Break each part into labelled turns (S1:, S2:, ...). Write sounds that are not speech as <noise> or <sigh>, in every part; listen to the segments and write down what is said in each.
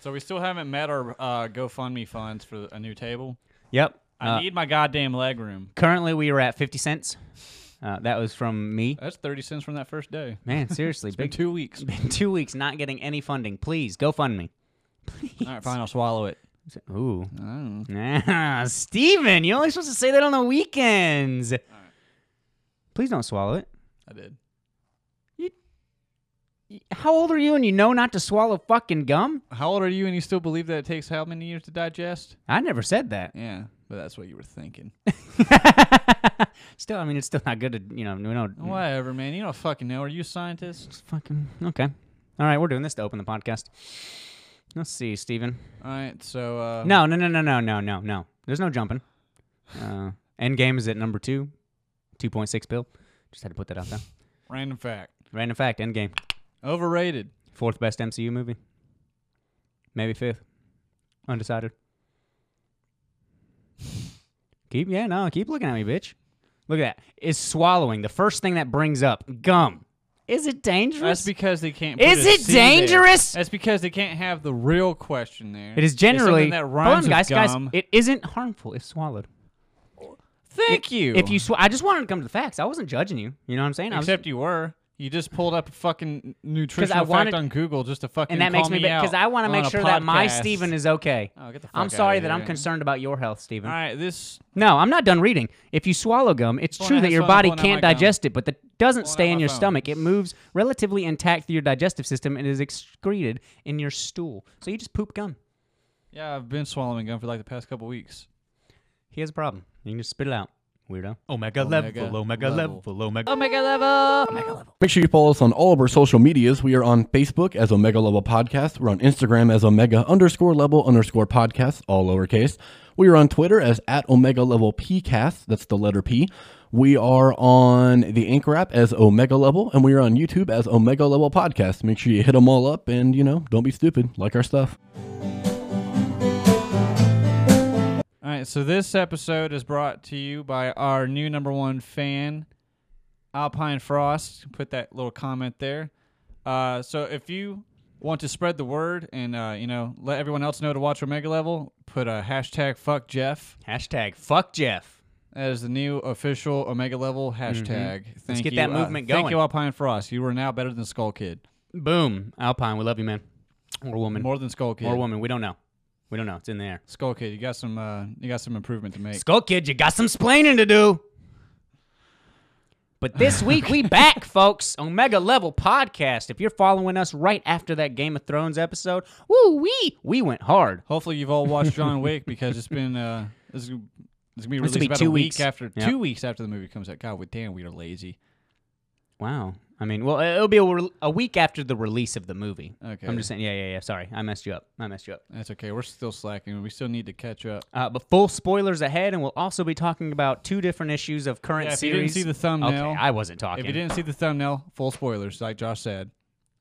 S1: So we still haven't met our uh, GoFundMe funds for a new table.
S2: Yep.
S1: I
S2: Uh,
S1: need my goddamn leg room.
S2: currently, we are at 50 cents. Uh, that was from me.
S1: That's thirty cents from that first day. <laughs>
S2: Man, seriously,
S1: Been
S2: big
S1: two
S2: <laughs>
S1: weeks.
S2: been two weeks not getting any funding. Please go fund me. Please.
S1: All right, fine. I'll swallow it.
S2: Ooh.
S1: I don't know.
S2: Nah, Steven, you're only supposed to say that on the weekends. Please don't swallow it.
S1: I did.
S2: How old are you and you know not to swallow fucking gum?
S1: How old are you, and you still believe that it takes how many years to digest?
S2: I never said that. <laughs>
S1: Yeah, but that's what you were thinking.
S2: still, I mean, it's still not good to, you know, we don't.
S1: Whatever, man. You don't fucking know. Are you a scientist?
S2: It's fucking. Okay. All right, we're doing this to open the podcast. Let's see, Steven.
S1: All right, so uh,
S2: No, no, no, no, no, no, no, no. There's no jumping. Uh, Endgame is at number two, 2.6 bill. Just had to put that out there.
S1: Random fact:
S2: Random fact Endgame,
S1: overrated.
S2: fourth best MCU movie. Maybe fifth. Undecided. Keep, yeah, no, keep looking at me, bitch. Look at that. Is swallowing the first thing that brings up gum? Is it dangerous?
S1: That's because they can't. Put
S2: Is
S1: a
S2: it
S1: C there.
S2: dangerous?
S1: That's because they can't have the real question there.
S2: it is
S1: It's
S2: generally.
S1: something that
S2: Hold
S1: rhymes
S2: on, guys,
S1: with gum.
S2: guys. It isn't harmful if swallowed.
S1: Thank you.
S2: If you, sw- I just wanted to come to the facts. I wasn't judging you. You know what I'm saying? I was-
S1: except you were. You just pulled up a fucking nutritional
S2: I
S1: fact
S2: wanted-
S1: on Google just to fucking
S2: and that makes
S1: call me
S2: me because I want to make sure that my Steven is okay.
S1: Oh, get the fuck
S2: I'm
S1: outta
S2: sorry
S1: here.
S2: that I'm concerned about your health, Steven.
S1: All right, this
S2: No, I'm not done reading. If you swallow gum, it's
S1: Pulling
S2: true
S1: out
S2: that
S1: his
S2: your
S1: phone,
S2: body
S1: pulling out
S2: can't
S1: my gum.
S2: digest it, but that doesn't
S1: Pulling
S2: stay
S1: out
S2: in
S1: my
S2: your
S1: phone.
S2: stomach. It moves relatively intact through your digestive system and is excreted in your stool. So you just poop gum.
S1: yeah, I've been swallowing gum for like the past couple weeks.
S2: He has a problem. You can just spit it out, weirdo.
S1: Oh.
S3: Omega, level, omega level, omega.
S1: Omega level.
S4: Make sure you follow us on all of our social medias. We are on Facebook as Omega Level Podcast. We're on Instagram as Omega underscore level underscore podcast, all lowercase. We are on Twitter as at Omega Level PCast. That's the letter P. We are on the Anchor app as Omega Level, and we are on YouTube as Omega Level Podcast. Make sure you hit them all up and, you know, don't be stupid. Like our stuff.
S1: All right, so this episode is brought to you by our new number one fan, Alpine Frost. Put that little comment there. Uh, so if you want to spread the word and uh, you know let everyone else know to watch Omega Level, put a hashtag Fuck Jeff
S2: Hashtag fuck Jeff.
S1: as the new official Omega Level hashtag. Thank
S2: Mm-hmm. Let's get
S1: you. uh,
S2: that movement
S1: Thank
S2: going.
S1: you, Alpine Frost. You are now better than Skull Kid,
S2: Boom. Alpine, we love you, man. Or woman.
S1: more than Skull Kid,
S2: Or woman. We don't know. We don't know. It's in the air.
S1: Skull Kid. You got some. Uh, you got some improvement to make.
S2: Skull Kid, you got some splaining to do.
S1: <laughs>
S2: But this week we back, folks. Omega Level Podcast. If you're following us right after that Game of Thrones episode, woo wee, we went hard.
S1: Hopefully, you've all watched John Wick because it's been uh, it's, it's gonna be released
S2: This will be
S1: about
S2: two
S1: a week
S2: weeks.
S1: after
S2: Yeah.
S1: two weeks after the movie comes out. God, we, damn, we are lazy.
S2: Wow. I mean, well, it'll be a, re- a week after the release of the movie.
S1: Okay.
S2: I'm just saying. Yeah, yeah, yeah. Sorry, I messed you up. I messed you up.
S1: That's okay. We're still slacking. We still need to catch up.
S2: Uh, but full spoilers ahead, and we'll also be talking about two different issues of current
S1: Yeah, if you didn't
S2: series.
S1: see the thumbnail-
S2: okay, I wasn't talking.
S1: If you didn't see the thumbnail, full spoilers, like Josh said.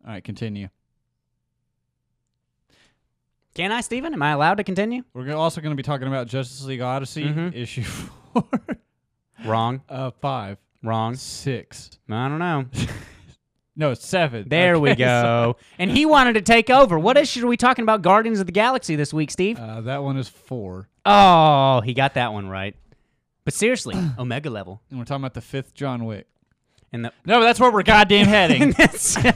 S1: All right, continue.
S2: Can I, Steven? Am I allowed to continue?
S1: We're go- also going to be talking about Justice League Odyssey
S2: Mhm.
S1: <laughs> issue four,
S2: Wrong,
S1: uh, five,
S2: wrong.
S1: six,
S2: I don't know.
S1: no, seven.
S2: There we
S1: Okay, so-
S2: go. And he wanted to take over. What issue are we talking about Guardians of the Galaxy this week, Steve?
S1: Uh, that one is four.
S2: oh, he got that one right. But <clears throat> seriously, Omega level.
S1: And we're talking about the fifth John Wick.
S2: And the
S1: No, that's where we're goddamn heading.
S2: <laughs>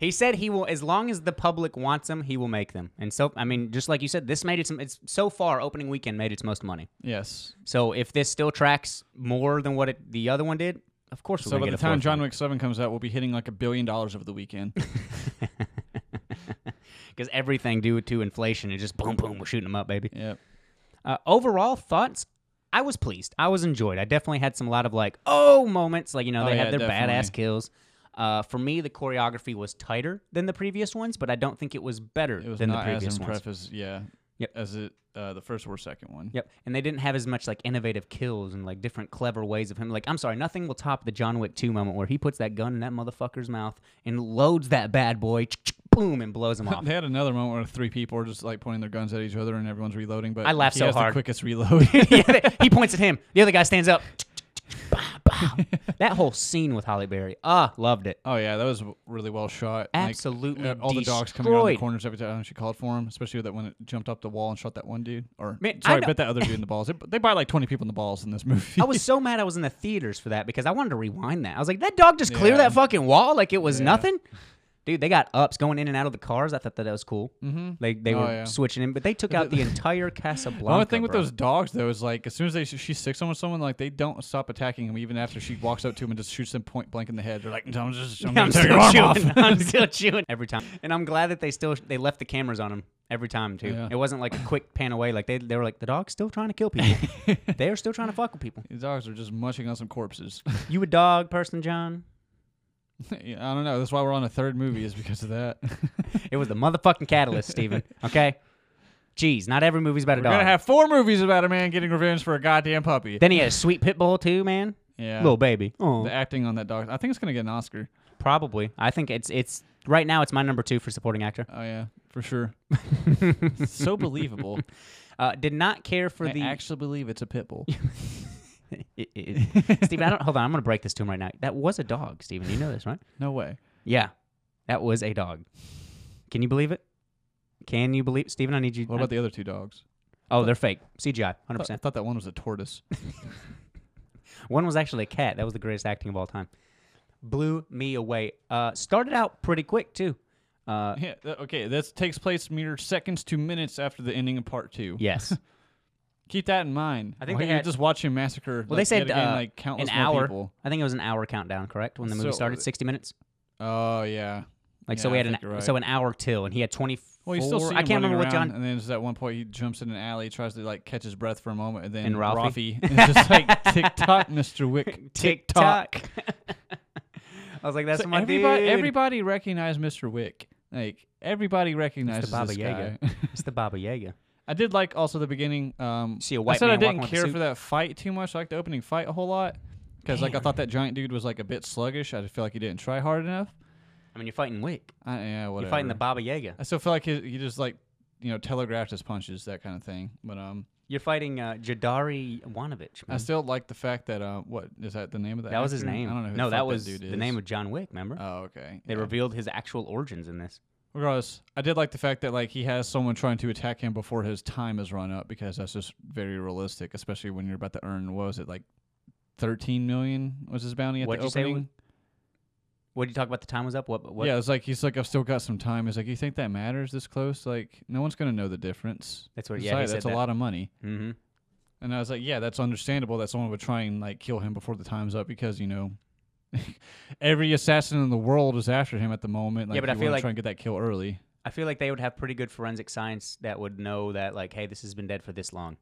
S2: He said he will as long as the public wants them, he will make them. And so I mean, just like you said, this made its it's so far opening weekend made its most money.
S1: yes.
S2: So if this still tracks more than what it, the other one did, of course
S1: So
S2: we're gonna
S1: by the
S2: get a
S1: time
S2: fourth
S1: John
S2: one.
S1: Wick Seven comes out, we'll be hitting like a billion dollars over the
S2: <laughs>
S1: weekend.
S2: because everything due to inflation is just boom boom, we're shooting them up, baby.
S1: yep.
S2: Uh, overall thoughts, I was pleased. I was enjoyed. I definitely had some lot of like oh moments, like you know
S1: Oh,
S2: they
S1: yeah,
S2: had their
S1: definitely.
S2: badass kills. Uh, for me, the choreography was tighter than the previous ones, but I don't think it was better
S1: It was
S2: than the
S1: not
S2: previous
S1: as
S2: ones.
S1: impressive as yeah.
S2: Yep.
S1: As it uh, the first or second one.
S2: Yep, and they didn't have as much like innovative kills and like different clever ways of him. Like, I'm sorry, nothing will top the John Wick 2 moment where he puts that gun in that motherfucker's mouth and loads that bad boy, boom, and blows him
S1: <laughs> <laughs>
S2: off. <laughs>
S1: They had another moment where three people are just like pointing their guns at each other and everyone's reloading. But
S2: I laughed
S1: he
S2: so
S1: has
S2: hard.
S1: The quickest reload. <laughs>
S2: yeah, they- he points at him. The other guy stands up. Bah, bah, wow. that whole scene with Holly Berry. Ah, loved it.
S1: Oh yeah, that was w- really well shot. And, like,
S2: Absolutely
S1: uh, all the dogs coming out of the
S2: destroyed.
S1: corners every time she called for him, especially that when it jumped up the wall and shot that one dude. Or
S2: Man, I
S1: sorry,
S2: know-
S1: bit that other dude in the balls. They, they bite like twenty people in the balls in this <laughs> movie.
S2: I was so mad I was in the theaters for that because I wanted to rewind that. I was like, that dog just cleared
S1: Yeah.
S2: that fucking wall like it was
S1: Yeah.
S2: nothing. Dude, they got ups going in and out of the cars. I thought that, that was cool. Mm-hmm. Like they
S1: Oh,
S2: were
S1: yeah.
S2: switching in, but they
S1: <laughs>
S2: took out the entire Casablanca.
S1: the only thing with
S2: bro.
S1: those dogs though is like as soon as they she sticks them with someone, like they don't stop attacking him even after she walks up to him and just shoots them point blank in the head. They're like, "No, I'm just, I'm
S2: <laughs> <laughs> I'm
S1: gonna take
S2: still
S1: your arm off."
S2: chewing. I'm still chewing every time, and I'm glad that they still they left the cameras on him every time too.
S1: Yeah.
S2: It wasn't like a quick pan away. Like they, they were like the dog's still trying to
S1: <laughs>
S2: kill people. they are still trying to fuck with people.
S1: <laughs> These dogs are just munching on some corpses. <laughs>
S2: You a dog person, John?
S1: Yeah, I don't know. That's why we're on a third movie is because of
S2: <laughs>
S1: that.
S2: It was the motherfucking catalyst,
S1: <laughs>
S2: Steven. Okay. Jeez, not every movie's about a
S1: We're
S2: dog.
S1: gonna have four movies about a man getting revenge for a goddamn puppy.
S2: then he had a sweet pit bull too, man.
S1: yeah,
S2: Little baby. Oh,
S1: the acting on that dog. I think it's gonna get an Oscar.
S2: probably. I think it's it's right now. It's my number two for
S1: <laughs>
S2: supporting actor.
S1: Oh yeah, for <laughs> sure. so believable.
S2: Uh, did not care for
S1: I
S2: the
S1: actually believe it's a pit bull.
S2: Steven, I don't hold on. I'm gonna break this to him right now. That was a dog, Steven. You know this, right?
S1: No way.
S2: Yeah, that was a dog. Can you believe it? Can you believe, Steven? I need you.
S1: What about the other two dogs?
S2: oh, they're fake. CGI, hundred
S1: I thought, I
S2: percent.
S1: thought that one was a tortoise.
S2: One was actually a cat. That was the greatest acting of all time. Blew me away. Uh, started out pretty quick too. Uh,
S1: <laughs> yeah. th- Okay. This takes place mere seconds to minutes after the ending of part two.
S2: yes,
S1: Keep that in mind.
S2: I think
S1: While
S2: they
S1: you're
S2: had-
S1: just watching massacre. like,
S2: Well, they said
S1: yet again,
S2: uh,
S1: like countless
S2: an
S1: more
S2: hour.
S1: people.
S2: I think it was an hour countdown, correct? When the movie
S1: So-
S2: started, sixty minutes.
S1: Oh yeah.
S2: Like so,
S1: Yeah,
S2: we
S1: I
S2: had an
S1: think you're right.
S2: so an hour till, and he had twenty.
S1: Well, you still see him
S2: I can't
S1: running
S2: remember what
S1: around, uh,
S2: John.
S1: And then there's that one point he jumps in an alley, tries to like catch his breath for a moment, and then
S2: And Ralphie. <laughs>
S1: Ralphie is just like tick tock, Mr. Wick.
S2: TikTok. <laughs> I was like, that's
S1: So
S2: my
S1: everybody,
S2: dude.
S1: everybody recognized Mr. Wick. Like everybody recognizes
S2: Baba
S1: this
S2: Yaga.
S1: guy.
S2: It's the Baba Yaga.
S1: <laughs> I did like also the beginning. Um,
S2: See a white
S1: I said
S2: man
S1: I didn't
S2: walking with a
S1: care
S2: suit.
S1: for that fight too much. I liked the opening fight a whole lot because like I thought that giant dude was like a bit sluggish. I just feel like he didn't try hard enough.
S2: I mean, you're fighting Wick.
S1: I, yeah, whatever.
S2: You're fighting the Baba Yaga.
S1: I still feel like he, he just like you know telegraphed his punches, that kind of thing. But um,
S2: You're fighting uh, Jadari Ivanovich.
S1: I
S2: man.
S1: still like the fact that uh, what is that the name of that?
S2: Hmm. That was his
S1: actor?
S2: name.
S1: I don't know. Who
S2: no,
S1: the
S2: that
S1: fuck
S2: was
S1: dude
S2: the
S1: is.
S2: name of John Wick. Remember?
S1: Oh, okay.
S2: they
S1: yeah.
S2: revealed his actual origins in this.
S1: Regardless, I did like the fact that like he has someone trying to attack him before his time is run up because that's just very realistic, especially when you're about to earn what was it like thirteen million was his bounty at
S2: What'd
S1: the
S2: you say
S1: opening?
S2: What did you talk about? The time was up. What? what
S1: Yeah, it's like he's like I've still got some time. He's like, you think that matters this close? Like no one's gonna know the difference.
S2: That's what.
S1: It's
S2: Yeah, he
S1: like,
S2: said
S1: that's
S2: that.
S1: a lot of money.
S2: Mm-hmm.
S1: And I was like, yeah, that's understandable that someone would try and like kill him before the time's up because you know. <laughs> Every assassin in the world is after him at the moment. Like,
S2: Yeah, but I
S1: you
S2: feel
S1: wanna
S2: like-
S1: try and get that kill early.
S2: I feel like they would have pretty good forensic science that would know that, like, hey, this has been dead for this long.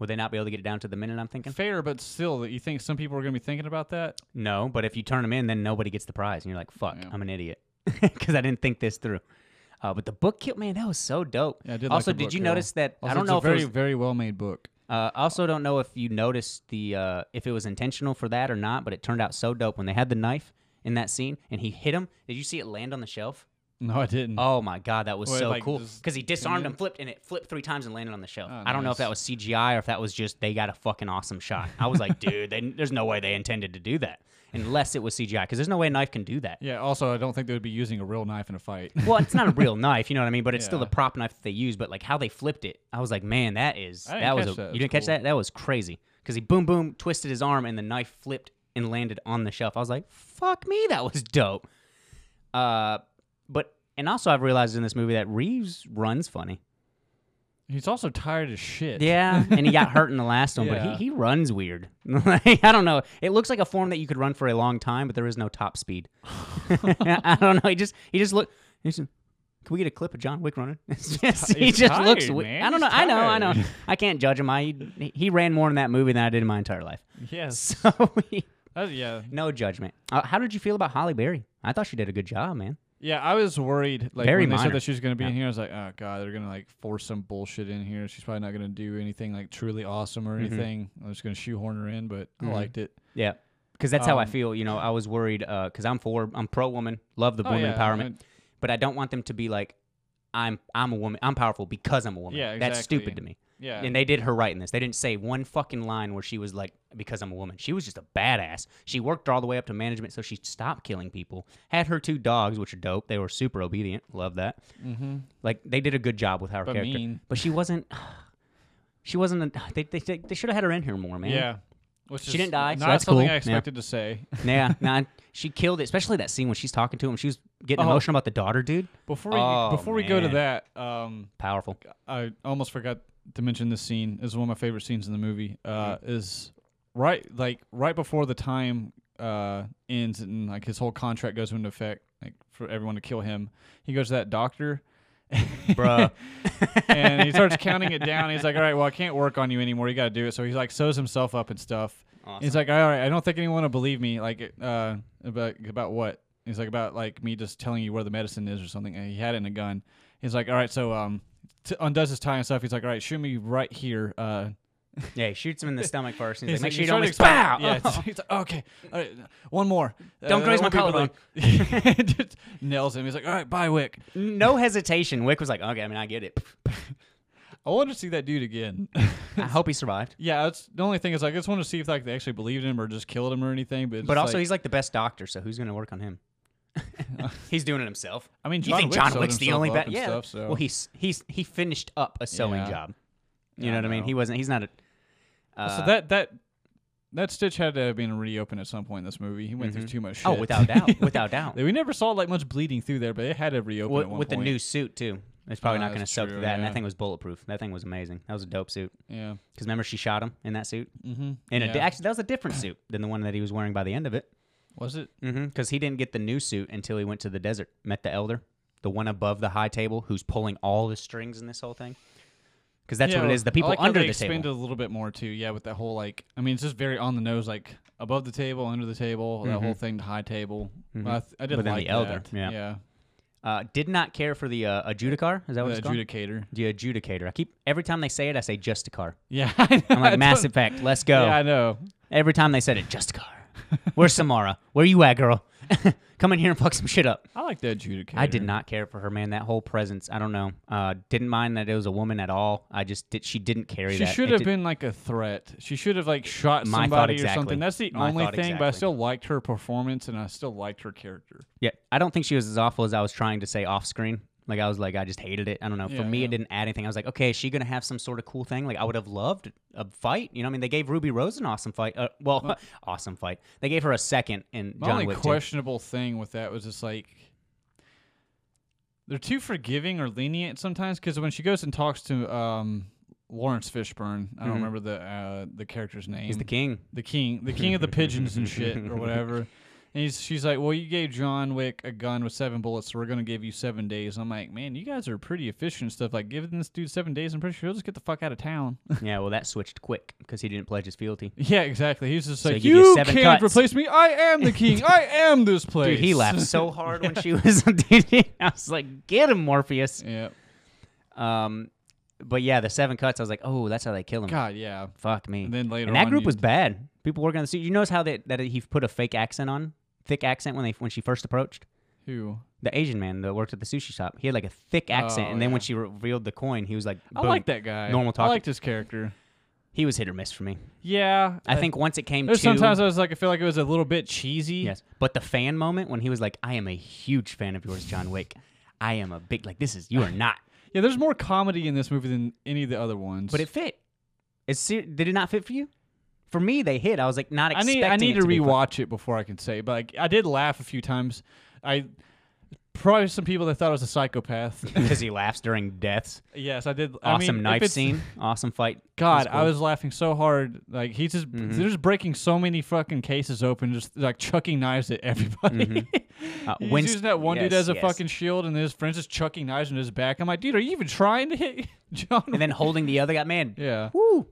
S2: Would they not be able to get it down to the minute? I'm thinking.
S1: Fair, but still, that you think some people are going to be thinking about that?
S2: No, but if you turn them in, then nobody gets the prize, and you're like, fuck,
S1: Yeah.
S2: I'm an idiot <laughs> because I didn't think this through. Uh, but the book kill, man, that was so dope.
S1: Yeah, I did like
S2: also,
S1: the
S2: did
S1: book
S2: you
S1: kill.
S2: notice that? I
S1: Also,
S2: don't
S1: it's
S2: know
S1: a
S2: if it
S1: very
S2: was
S1: very well made book.
S2: Uh, I also don't know if you noticed the uh, if it was intentional for that or not, but it turned out so dope when they had the knife in that scene and he hit him. Did you see it land on the shelf?
S1: No, I didn't.
S2: Oh my god, that was
S1: Well, Mm. it,
S2: so
S1: like,
S2: cool
S1: just
S2: because he disarmed
S1: came in?
S2: him, flipped, and it flipped three times and landed on the shelf.
S1: Oh,
S2: I don't know
S1: nice.
S2: if that was CGI or if that was just they got a fucking awesome shot. I was
S1: <laughs>
S2: like, dude, they, there's no way they intended to do that unless it was CGI because there's no way a knife can do that.
S1: Yeah. Also, I don't think they would be using a real knife in a fight.
S2: <laughs> Well, it's not a
S1: <laughs>
S2: real knife, you know what I mean, but it's still the
S1: Yeah.
S2: prop knife that they use. But like how they flipped it, I was like, man, that is
S1: I didn't
S2: that was
S1: catch
S2: a,
S1: that.
S2: you
S1: That's
S2: didn't catch
S1: cool.
S2: that? That was crazy because he boom boom twisted his arm and the knife flipped and landed on the shelf. I was like, fuck me, that was dope. Uh, but and also I've realized in this movie that Reeves runs funny.
S1: He's also tired as shit.
S2: Yeah, and he got hurt in the last one, but
S1: <laughs> Yeah.
S2: he, he runs weird. <laughs> Like, I don't know. It looks like a form that you could run for a long time, but there is no top speed. <laughs> I don't know. He just he just look. He's, can we get a clip of John Wick running? <laughs> It's just- he
S1: he's
S2: just looks.
S1: tired,
S2: we-
S1: man.
S2: I don't know.
S1: He's
S2: I know. I know.
S1: tired.
S2: I can't judge him. I he, he ran more in that movie than I did in my entire life. <laughs>
S1: Yes.
S2: So he-
S1: That- yeah.
S2: no judgment. Uh, how did you feel about Holly Berry? I thought she did a good job, man.
S1: Yeah. I was worried. Like
S2: Very
S1: when they
S2: minor.
S1: said that she was going to be in
S2: Yeah.
S1: here, I was like, oh god, they're going to like force some bullshit in here. She's probably not going to do anything like truly awesome or
S2: Mm-hmm.
S1: anything. I'm just going to shoehorn her in, but I liked it.
S2: Yeah. Because that's how I
S1: Um,
S2: feel, you know. I was uh, worried because I'm for, I'm pro woman, love the
S1: Oh,
S2: woman
S1: yeah,
S2: empowerment.
S1: and-
S2: but I don't want them to be like I'm I'm a woman. I'm powerful because I'm a woman.
S1: Yeah,
S2: That's
S1: exactly.
S2: stupid to me.
S1: Yeah.
S2: And they did her right in this. They didn't say one fucking line where she was like, because I'm a woman. She was just a badass. She worked all the way up to management, so she stopped killing people. Had her two dogs, which are dope. They were super obedient. Love that. Mm-hmm. Like, they did a good job with her
S1: But
S2: character.
S1: mean.
S2: But she wasn't. <sighs> She wasn't. A, <sighs> they they, they, they should have had her in here more, man.
S1: yeah. Which
S2: She
S1: is
S2: didn't die, so
S1: Not
S2: that's
S1: something
S2: cool.
S1: I
S2: Yeah.
S1: expected to say.
S2: Yeah. nah, she killed it, especially that scene when she's talking to him. She was getting
S1: Oh.
S2: emotional about the daughter, dude.
S1: Before we
S2: Oh,
S1: before we go to
S2: man.
S1: that, um,
S2: Powerful.
S1: I almost forgot to mention this scene is one of my favorite scenes in the movie. Uh, is right like right before the time uh ends and like his whole contract goes into effect, like for everyone to kill him. He goes to that doctor.
S3: Bruh.
S1: and he
S2: <laughs>
S1: starts counting it down. He's like, "All right, well, I can't work on you anymore. You got to do it." So he like sews himself up and stuff. He's like, "All right, I don't think anyone will believe me. Like, uh, about about what?" He's like, "About like me just telling you where the medicine is or something." And he had it in a gun. He's like, "All right, so um, t- undoes his tie and stuff." He's like, "All right, shoot me right here." Uh,
S2: Yeah, he shoots him in the stomach first. And he's, like, make
S1: he's
S2: sure you
S1: trying
S2: don't
S1: to explain-
S2: miss. Pow!
S1: Yeah, it's- he's like, "Okay, all right, one more.
S2: Don't graze
S1: that
S2: my
S1: won't be blood." <laughs> Just nails him. He's like, "All right, bye, Wick."
S2: <laughs> no hesitation. Wick was like, okay, I mean, I get it.
S1: I want to see that dude again.
S2: I hope
S1: <laughs>
S2: he survived.
S1: Yeah, that's the only thing is like I just want to see if like they actually believed him or just killed him or anything. But, it's
S2: But
S1: just,
S2: also,
S1: like,
S2: he's like the best doctor, so who's going to work
S1: <laughs>
S2: on him? he's doing it himself.
S1: I mean,
S2: you
S1: John
S2: think
S1: Wick
S2: John
S1: sewed
S2: Wick's the
S1: himself
S2: only
S1: up
S2: best?
S1: and
S2: Yeah.
S1: stuff, so-
S2: Well, he's he's he finished up a sewing
S1: Yeah.
S2: job. You
S1: Yeah,
S2: know
S1: I
S2: what I mean?
S1: know.
S2: He wasn't. He's not a. Uh,
S1: so that that that Stitch had to have been reopened at some point in this movie. He went through too much. Shit.
S2: oh, without doubt, without
S1: <laughs>
S2: doubt.
S1: we never saw like much bleeding through there, but it had to reopen
S2: With,
S1: at one
S2: with the
S1: point.
S2: new suit too, it's probably
S1: Oh,
S2: not going to
S1: that's
S2: soak
S1: true,
S2: through that. And
S1: yeah.
S2: that thing was bulletproof. That thing was amazing. That was a dope suit.
S1: Yeah.
S2: Because remember, she shot him in that suit.
S1: Mm-hmm.
S2: And
S1: yeah.
S2: it, actually, that was a
S1: <clears throat>
S2: different suit than the one that he was wearing by the end of it.
S1: was it?
S2: Because he didn't get the new suit until he went to the desert, met the elder, the one above the high table who's pulling all the strings in this whole thing. Because that's
S1: Yeah,
S2: what it is. The people
S1: I like how
S2: under
S1: they
S2: the
S1: expanded
S2: table.
S1: a little bit more too. Yeah, with that whole like, I mean, it's just very on the nose, like above the table, under the table, that whole thing, the high table. I, th- I did
S2: But then Mm-hmm. the
S1: like
S2: elder,
S1: that.
S2: yeah. Uh, did not care for the uh, adjudicar. Is that what
S1: The
S2: it's called?
S1: adjudicator. <laughs>
S2: the adjudicator. I keep every time they say it, I say justicar.
S1: Yeah, I know. <laughs>
S2: I'm
S1: I
S2: like
S1: don't-
S2: mass effect. Let's go.
S1: Yeah, I know.
S2: every time they said it, justicar.
S1: <laughs>
S2: Where's Samara? Where you at, girl? <laughs> Come in here and fuck some shit up.
S1: I like the adjudicator.
S2: I did not care for her, man. That whole presence, I don't know. Uh, didn't mind that it was a woman at all. I just did. She didn't carry
S1: She
S2: that.
S1: should
S2: It
S1: have
S2: did-
S1: been like a threat. She should have like shot
S2: My
S1: somebody
S2: thought
S1: or
S2: exactly.
S1: something. That's the
S2: My
S1: only
S2: thought
S1: thing, but I
S2: exactly.
S1: still liked her performance and I still liked her character.
S2: Yeah, I don't think she was as awful as I was trying to say off screen. Like I was like, I just hated it. I don't know. For
S1: Yeah,
S2: me,
S1: yeah.
S2: it didn't add anything. I was like, okay, is she gonna have some sort of cool thing? Like I would have loved a fight. You know, what I mean, they gave Ruby Rose an awesome fight. Uh, well, <laughs> awesome fight. They gave her a second in
S1: My
S2: John
S1: only
S2: Wick. too.
S1: questionable thing with that was just like they're too forgiving or lenient sometimes because when she goes and talks to um, Lawrence Fishburne, I don't remember the uh, the character's name.
S2: Mm-hmm. He's
S1: <laughs>
S2: the king.
S1: the king, the king of the pigeons and shit or whatever.
S2: <laughs>
S1: And he's, she's like, "Well, you gave John Wick a gun with seven bullets, so we're gonna give you seven days." I'm like, "Man, you guys are pretty efficient and stuff. Like, giving this dude seven days, I'm pretty sure he'll just get the fuck out of town." <laughs>
S2: yeah, well, that switched quick because he didn't pledge his fealty.
S1: yeah, exactly. He's just like,
S2: give you
S1: "You,
S2: seven
S1: can't
S2: cuts."
S1: replace me. I am the king. I am this place."
S2: <laughs> Dude, he laughed so hard when she was. dude, <laughs> I was like, get him, Morpheus.
S1: <laughs> yeah.
S2: Um, but yeah, the seven cuts. I was like, oh, that's how they kill him.
S1: God, yeah.
S2: Fuck me.
S1: And then later
S2: and that
S1: on
S2: group
S1: you-
S2: was bad. People working on the suit. You notice how they, that he put a fake accent on, thick accent when they when she first approached
S1: Who?
S2: the Asian man that worked at the sushi shop. He had like a thick accent,
S1: Oh,
S2: and then when
S1: yeah.
S2: she revealed the coin, he was like,
S1: I
S2: boom.
S1: like that guy.
S2: Normal
S1: I
S2: talking.
S1: liked his character.
S2: He was hit or miss for me.
S1: Yeah.
S2: I think once it came to
S1: there's sometimes I was like, I feel like it was a little bit cheesy.
S2: yes, but the fan moment when he was like, I am a huge fan of yours, John Wick. I am a big like this is
S1: <sighs>
S2: you are not,
S1: Yeah. There's more comedy in this movie than any of the other ones.
S2: but it fit. It's ser- did it not fit for you? For me, they hit. I was like not
S1: I
S2: expecting.
S1: need I
S2: it
S1: need to,
S2: to be fun.
S1: rewatch it before I can say, but like I did laugh a few times. I probably some people that thought I was a psychopath.
S2: because he laughs during deaths.
S1: yes, I did. <laughs> I mean,
S2: Awesome
S1: if
S2: knife
S1: it's-
S2: scene, awesome fight.
S1: God,
S2: It
S1: I
S2: cool. Mm-hmm.
S1: was laughing so hard. Like he's just they're just breaking so many fucking cases open, just like chucking knives at everybody.
S2: Uh,
S1: <laughs> he's
S2: Winst-
S1: using that one dude
S2: yes,
S1: as a
S2: yes.
S1: fucking shield, and his friends just chucking knives in his back. I'm like, dude, are you even trying to hit <laughs> John?
S2: <laughs> and then holding the other guy. Man,
S1: <laughs> yeah.
S2: woo!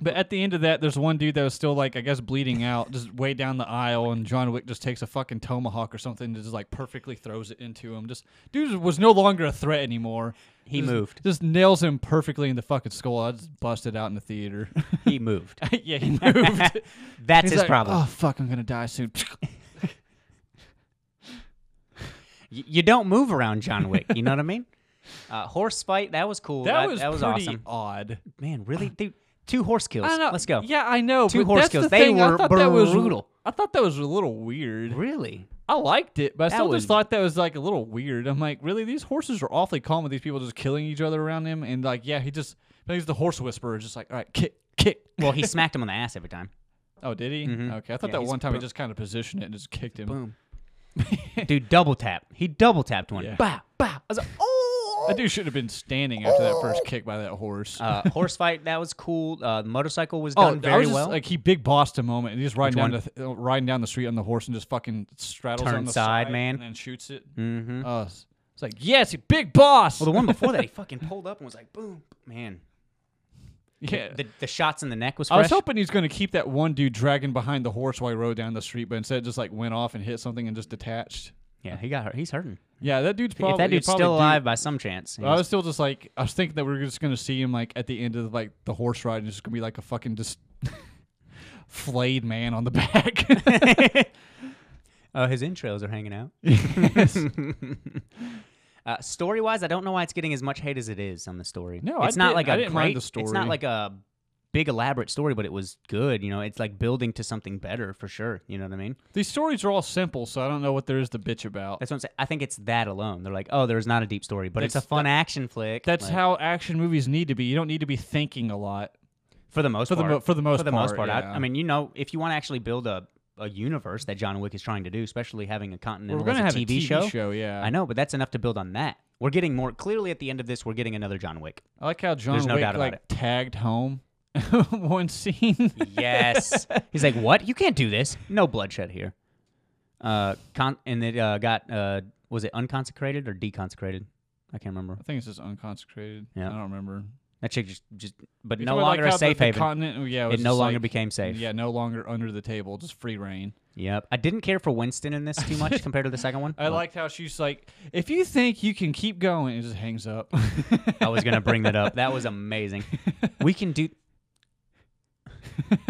S1: But at the end of that, there's one dude that was still like, I guess, bleeding out, just way down the aisle, and John Wick just takes a fucking tomahawk or something, and just like perfectly throws it into him. Just dude was no longer a threat anymore.
S2: He
S1: Just-
S2: moved.
S1: Just nails him perfectly in the fucking skull. I just busted out in the
S2: <laughs>
S1: theater. <laughs>
S2: He moved.
S1: yeah, he moved.
S2: <laughs> That's
S1: He's
S2: his
S1: like,
S2: problem.
S1: Oh fuck, I'm gonna die soon. <laughs>
S2: Y- you don't move around John Wick. You know what I mean? Uh, horse fight that was cool.
S1: That was
S2: that was
S1: pretty
S2: awesome. Oh,
S1: odd.
S2: Man,
S1: <clears throat>
S2: really, dude, two horse kills.
S1: I know.
S2: Let's go.
S1: Yeah, I know.
S2: Two
S1: but
S2: horse
S1: that's
S2: kills.
S1: The
S2: They
S1: thing. I
S2: were
S1: thought that was-
S2: brutal.
S1: I thought that was a little weird.
S2: Really?
S1: I liked it, but I
S2: That
S1: still
S2: was-
S1: just thought that was like a little weird. I'm like, really? These horses are awfully calm with these people just killing each other around him. And like, yeah, he just, but he's the horse whisperer, just like, all right, kick, kick.
S2: Well, he smacked him on the ass
S1: <laughs>
S2: every time.
S1: Oh, did he? Okay. I thought
S2: Mm-hmm. Yeah,
S1: that
S2: he's
S1: one time he
S2: boom.
S1: just kind of positioned it and just kicked him.
S2: Boom. Dude, double tap. He double tapped one.
S1: Yeah.
S2: Bah, bah. I
S1: <laughs>
S2: was like, oh.
S1: That dude should have been standing after that first kick by that horse.
S2: Uh, horse fight that was cool. Uh, the motorcycle was
S1: oh, I
S2: done very
S1: was just,
S2: well.
S1: like he big bossed a moment and he's riding down
S2: Which
S1: the th- uh, riding down the street on the horse and just fucking straddles it on
S2: Turn
S1: the
S2: side, man.
S1: and then shoots it.
S2: mm-hmm.
S1: Oh, it's it's like yes, you big boss.
S2: Well, the one before that, he fucking pulled up and was like, boom,
S1: <laughs>
S2: man.
S1: yeah.
S2: The, the shots in the neck was fresh.
S1: I was hoping he's going to keep that one dude dragging behind the horse while he rode down the street, but instead just like went off and hit something and just detached.
S2: yeah, he got hurt. He's hurting.
S1: Yeah, that dude's probably
S2: if that
S1: he
S2: dude's
S1: probably
S2: still
S1: do-
S2: alive by some chance, he
S1: I
S2: was-
S1: was still just like I was thinking that we were just gonna see him like at the end of like the horse ride and it's just gonna be like a fucking just <laughs> flayed man on the back.
S2: <laughs>
S1: <laughs>
S2: Oh, his intros are hanging out.
S1: Yes.
S2: Uh, story wise, I don't know why it's getting as much hate as it is on the story.
S1: No, I
S2: it's not
S1: didn't-
S2: like a
S1: I didn't
S2: great,
S1: mind the
S2: It's
S1: story.
S2: not like a big elaborate story, but it was good. You know, it's like building to something better for sure. You know what I mean?
S1: These stories are all simple, so I don't know what there is to bitch about.
S2: That's what I'm saying. I think it's that alone. They're like, oh, there's not a deep story, but it's a
S1: That's-
S2: fun action flick.
S1: That's
S2: Like,
S1: how action movies need to be. You don't need to be thinking a lot.
S2: for the most
S1: for the
S2: part.
S1: mo- for the most
S2: most
S1: part,
S2: part. I-
S1: yeah.
S2: I, mean, you know, if you want to actually build a a universe that John Wick is trying to do, especially having a continental
S1: We're gonna
S2: as
S1: have
S2: a TV,
S1: a TV show, yeah.
S2: I know, but that's enough to build on that. We're getting more clearly at the end of this. We're getting another John Wick.
S1: I like how John
S2: There's no
S1: Wick
S2: doubt about
S1: like
S2: it.
S1: tagged home <laughs> one scene.
S2: Yes. <laughs> He's like, "What? You can't do this. No bloodshed here." Uh, con- and it uh, got uh, was it unconsecrated or deconsecrated? I can't remember.
S1: I think it's just unconsecrated.
S2: Yeah.
S1: I don't remember.
S2: That chick just, just but
S1: You
S2: no
S1: talking about,
S2: longer
S1: like,
S2: a
S1: how the-
S2: safe
S1: the
S2: haven.
S1: continent- oh, yeah,
S2: it no longer became safe.
S1: Yeah, no longer under the table, just free reign.
S2: Yep. I didn't care for Winston in this too much compared to the second one.
S1: <laughs> I liked how she's like, if you think you can keep going, it just hangs up. <laughs>
S2: I was gonna bring that up. That was amazing. We can do.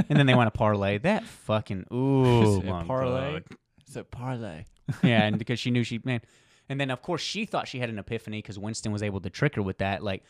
S2: and then they want to parlay that fucking
S1: <laughs>
S2: ooh
S1: Is it
S2: my
S1: parlay?
S2: God.
S1: It's a parlay.
S2: yeah, and because she knew she man, and then of course she thought she had an epiphany because Winston was able to trick her with that. Like,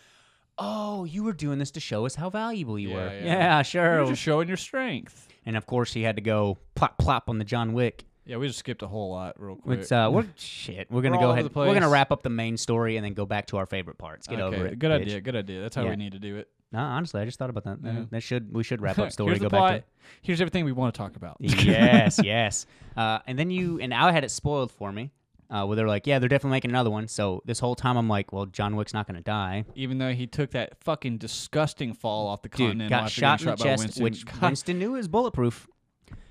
S2: oh, you were doing this to show us how valuable you
S1: Yeah,
S2: were.
S1: yeah.
S2: Yeah, sure.
S1: You're just showing your strength.
S2: and of course he had to go plop plop on the John Wick.
S1: Yeah, we just skipped a whole lot real quick.
S2: It's uh, we're shit. We're
S1: We're
S2: gonna
S1: all over
S2: go ahead.
S1: the
S2: We're gonna
S1: place.
S2: wrap up the main story and then go back to our favorite parts. Get
S1: Okay,
S2: over it.
S1: Good
S2: bitch.
S1: idea. Good idea. That's how
S2: Yeah.
S1: we need to do it.
S2: No, honestly, I just thought about that.
S1: Yeah.
S2: That should we
S1: <laughs>
S2: should wrap up story.
S1: Here's
S2: go
S1: the
S2: back
S1: plot.
S2: to
S1: Here's everything we want to talk about.
S2: yes, <laughs> yes. Uh, and then you and I had it spoiled for me, uh, where they're like, "Yeah, they're definitely making another one." So this whole time, I'm like, "Well, John Wick's not gonna die."
S1: Even though he took that fucking disgusting fall off the
S2: Dude
S1: continent,
S2: got
S1: after
S2: shot in
S1: getting
S2: the
S1: by
S2: chest,
S1: Winston.
S2: which
S1: God,
S2: Winston knew is bulletproof.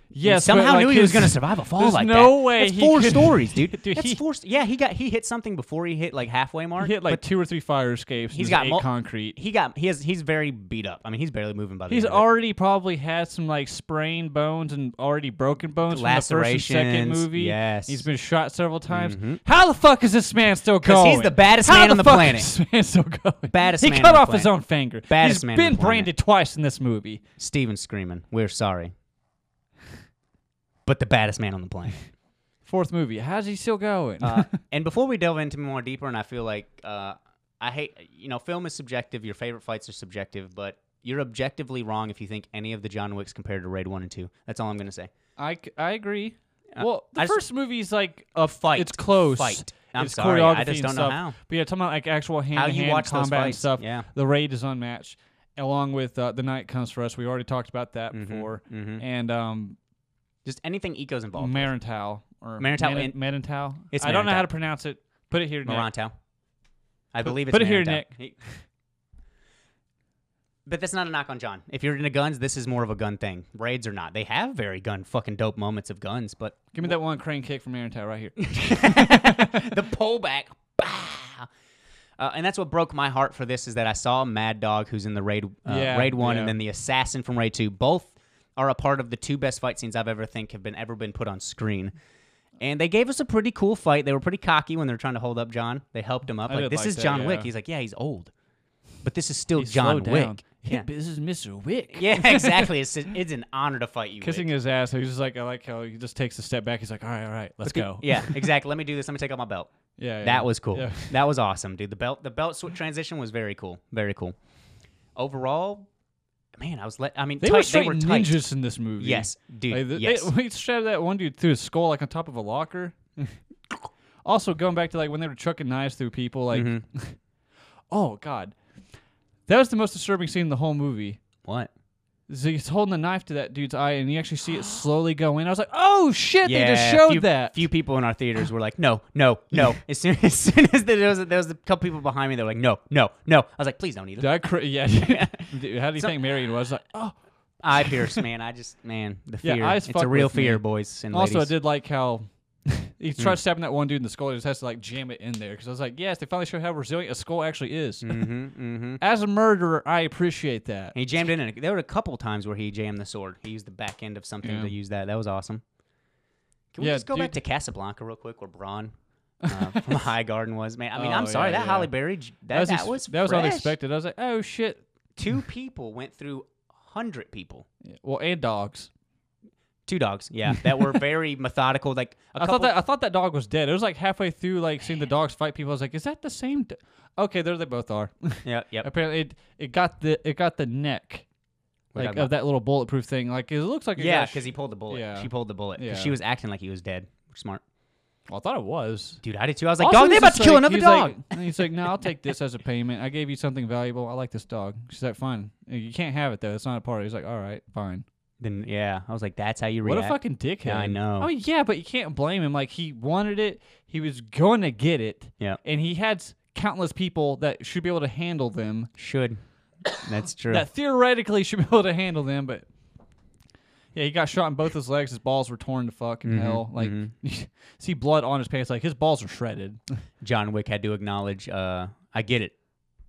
S2: He
S1: yes, but,
S2: somehow
S1: like,
S2: knew he was
S1: his- <laughs>
S2: gonna survive a fall
S1: there's
S2: like that.
S1: no way
S2: That's
S1: he
S2: four
S1: could-
S2: stories, dude.
S1: <laughs> Dude,
S2: That's
S1: he-
S2: four. St- yeah, he got he hit something before he hit like halfway mark.
S1: He hit
S2: but
S1: like two or three fire escapes.
S2: he's
S1: He's
S2: got
S1: got
S2: mul-
S1: concrete.
S2: he got he has he's very beat up. I mean, he's barely moving by the
S1: He's
S2: end of it.
S1: already probably had some like sprained bones and already broken bones from the first and second
S2: Lacerations,
S1: movie.
S2: yes.
S1: he's been shot several times. How the fuck is this man still going?
S2: 'Cause he's the baddest
S1: How
S2: man
S1: the
S2: on the
S1: fuck
S2: planet.
S1: Is this <laughs> man still going?
S2: Baddest
S1: He
S2: man
S1: cut
S2: on the
S1: off his
S2: planet.
S1: own finger.
S2: Baddest
S1: he's
S2: man on
S1: been
S2: the planet.
S1: branded twice in this movie.
S2: Steven Screaming, we're sorry, but the baddest man on
S1: <laughs>
S2: the planet.
S1: Fourth movie. How's he still going?
S2: Uh, and before we delve into more deeper, and I feel like uh, I hate, you know, film is subjective. Your favorite fights are subjective, but you're objectively wrong if you think any of the John Wicks compared to Raid One and Two. That's all I'm gonna say.
S1: I, c- I agree.
S2: Uh,
S1: well, the
S2: I just-
S1: first movie's like a
S2: fight.
S1: It's close.
S2: Fight. I'm
S1: it's
S2: sorry,
S1: choreography
S2: I just
S1: and
S2: don't know
S1: stuff.
S2: how.
S1: But yeah, talking about like actual hand
S2: you watch those
S1: combat and
S2: fights,
S1: stuff.
S2: yeah.
S1: the raid is unmatched. Along with uh, the night comes for us. We already talked about that
S2: Mm-hmm.
S1: before. And um,
S2: Just anything Eco's involved.
S1: Marintal or
S2: Marintal
S1: Marin-
S2: and-
S1: Marintal.
S2: It's
S1: I don't know
S2: Marintal.
S1: how to pronounce it. Put it here, Nick.
S2: Maranto. I believe it's
S1: put it here,
S2: Maranto.
S1: Nick.
S2: He- But that's not a knock on John. If you're into guns, this is more of a gun thing. Raids are not. They have very gun fucking dope moments of guns, but
S1: Give me that one crane kick from Marintal right here.
S2: <laughs> the pullback. Bah! Uh, and that's what broke my heart for this is that I saw Mad Dog, who's in the raid, uh,
S1: Yeah,
S2: raid one,
S1: yeah.
S2: and then the assassin from raid two. Both are a part of the two best fight scenes I've ever think have been ever been put on screen. And they gave us a pretty cool fight. They were pretty cocky when they were trying to hold up John. They helped him up.
S1: I
S2: Like
S1: did
S2: this
S1: like
S2: is
S1: that,
S2: John Wick.
S1: yeah.
S2: He's like, yeah, he's old, but this is still
S1: He's
S2: John
S1: slowed down.
S2: Wick. Yeah.
S1: Hey, this is Mr. Wick.
S2: yeah, <laughs> exactly. It's, it's an honor to fight you. Wick.
S1: Kissing his ass. He's just like, I like how he just takes a step back. He's like, all right, all right, let's go.
S2: Yeah, exactly. Let me do this. Let me take off my belt.
S1: Yeah, yeah.
S2: That was cool.
S1: Yeah.
S2: That was awesome, dude. The belt the belt sw- transition was very cool. Very cool. Overall, man, I was let. I mean,
S1: They
S2: tight,
S1: were straight
S2: tight.
S1: ninjas in this movie.
S2: Yes, dude.
S1: Like, th- <laughs>
S2: yes.
S1: They, we stabbed that one dude through his skull, like on top of a locker. <laughs> also, going back to like when they were chucking knives through people, like,
S2: Mm-hmm.
S1: <laughs> oh god, that was the most disturbing scene in the whole movie.
S2: what?
S1: Is He's holding the knife to that dude's eye, and you actually see
S2: <gasps>
S1: it slowly go in. I was like, "Oh shit!"
S2: Yeah,
S1: they just showed
S2: few,
S1: that.
S2: Few people in our theaters were like, "No, no, no."
S1: <laughs>
S2: as soon as soon as there was there was a couple people behind me, they were like, "No, no, no." I was like, "Please don't eat
S1: Did
S2: it."
S1: I cra- yeah.
S2: <laughs>
S1: <laughs> Dude, How do you think Marion was? Like, oh.
S2: Eye pierce, man. I just man, the
S1: <laughs> Yeah,
S2: fear.
S1: eyes
S2: it's a
S1: fuck
S2: real
S1: with me.
S2: fear, boys and
S1: Also, I
S2: ladies. Mm.
S1: did like how <laughs> he tried stabbing that one dude in the skull. He just has to like jam it in there because I was like, "Yes, they finally show how resilient a skull actually is."
S2: Mm-hmm, mm-hmm.
S1: As a murderer, I appreciate that.
S2: He jammed in. it. There were a couple times where he jammed the sword. He used the back end of something
S1: Yeah.
S2: to use that. That was awesome. Can we
S1: Yeah,
S2: just go back to Casablanca real quick,
S1: <laughs>
S2: where Braun uh, from High Garden was? Man, I mean, I'm
S1: Oh,
S2: sorry
S1: yeah,
S2: that
S1: yeah.
S2: Holly Berry. j- That, that
S1: ex-
S2: was
S1: that was
S2: fresh.
S1: unexpected. I was like, "Oh shit!" <laughs>
S2: Two people went through hundred people.
S1: Yeah, Well, and dogs.
S2: Two dogs, yeah,
S1: <laughs>
S2: that were very methodical. Like a
S1: I
S2: couple,
S1: thought that I thought that dog was dead. It was like halfway through, like seeing the dogs fight people. I was like, "Is that the same?" Do-? Okay, there they both are.
S2: yeah, <laughs> yep.
S1: Apparently, it, it got the it got the neck,
S2: We're
S1: like
S2: talking
S1: of that little bulletproof thing. Like it looks like it
S2: Yeah,
S1: got sh-
S2: because he pulled the bullet.
S1: yeah.
S2: She pulled the bullet. 'cause She
S1: Yeah.
S2: was acting like he was dead. Smart,
S1: Well, I thought it was.
S2: dude. I did too. I was like,
S1: Also,
S2: dog, they
S1: he's
S2: about
S1: just
S2: to kill
S1: like-
S2: another
S1: he's
S2: dog.
S1: like- and he's like, "No,
S2: <laughs>
S1: I'll take this as a payment. I gave you something valuable. I like this dog." She's like, "Fine, you can't have it though. It's not a party." He's like, "All right, fine."
S2: then yeah, I was like, that's how you
S1: What
S2: react.
S1: a fucking dickhead!
S2: Yeah, I know.
S1: Oh yeah, but you can't blame him. Like he wanted it, he was going to get it,
S2: Yeah,
S1: and he had s- countless people that should be able to handle them.
S2: should.
S1: <coughs>
S2: That's true.
S1: That theoretically should be <laughs> able to handle them, but yeah, he got shot in both his legs. His balls were torn to fucking
S2: Mm-hmm,
S1: hell. Like <laughs> see blood on his pants. Like his balls are shredded.
S2: John Wick had to acknowledge. Uh, I get it.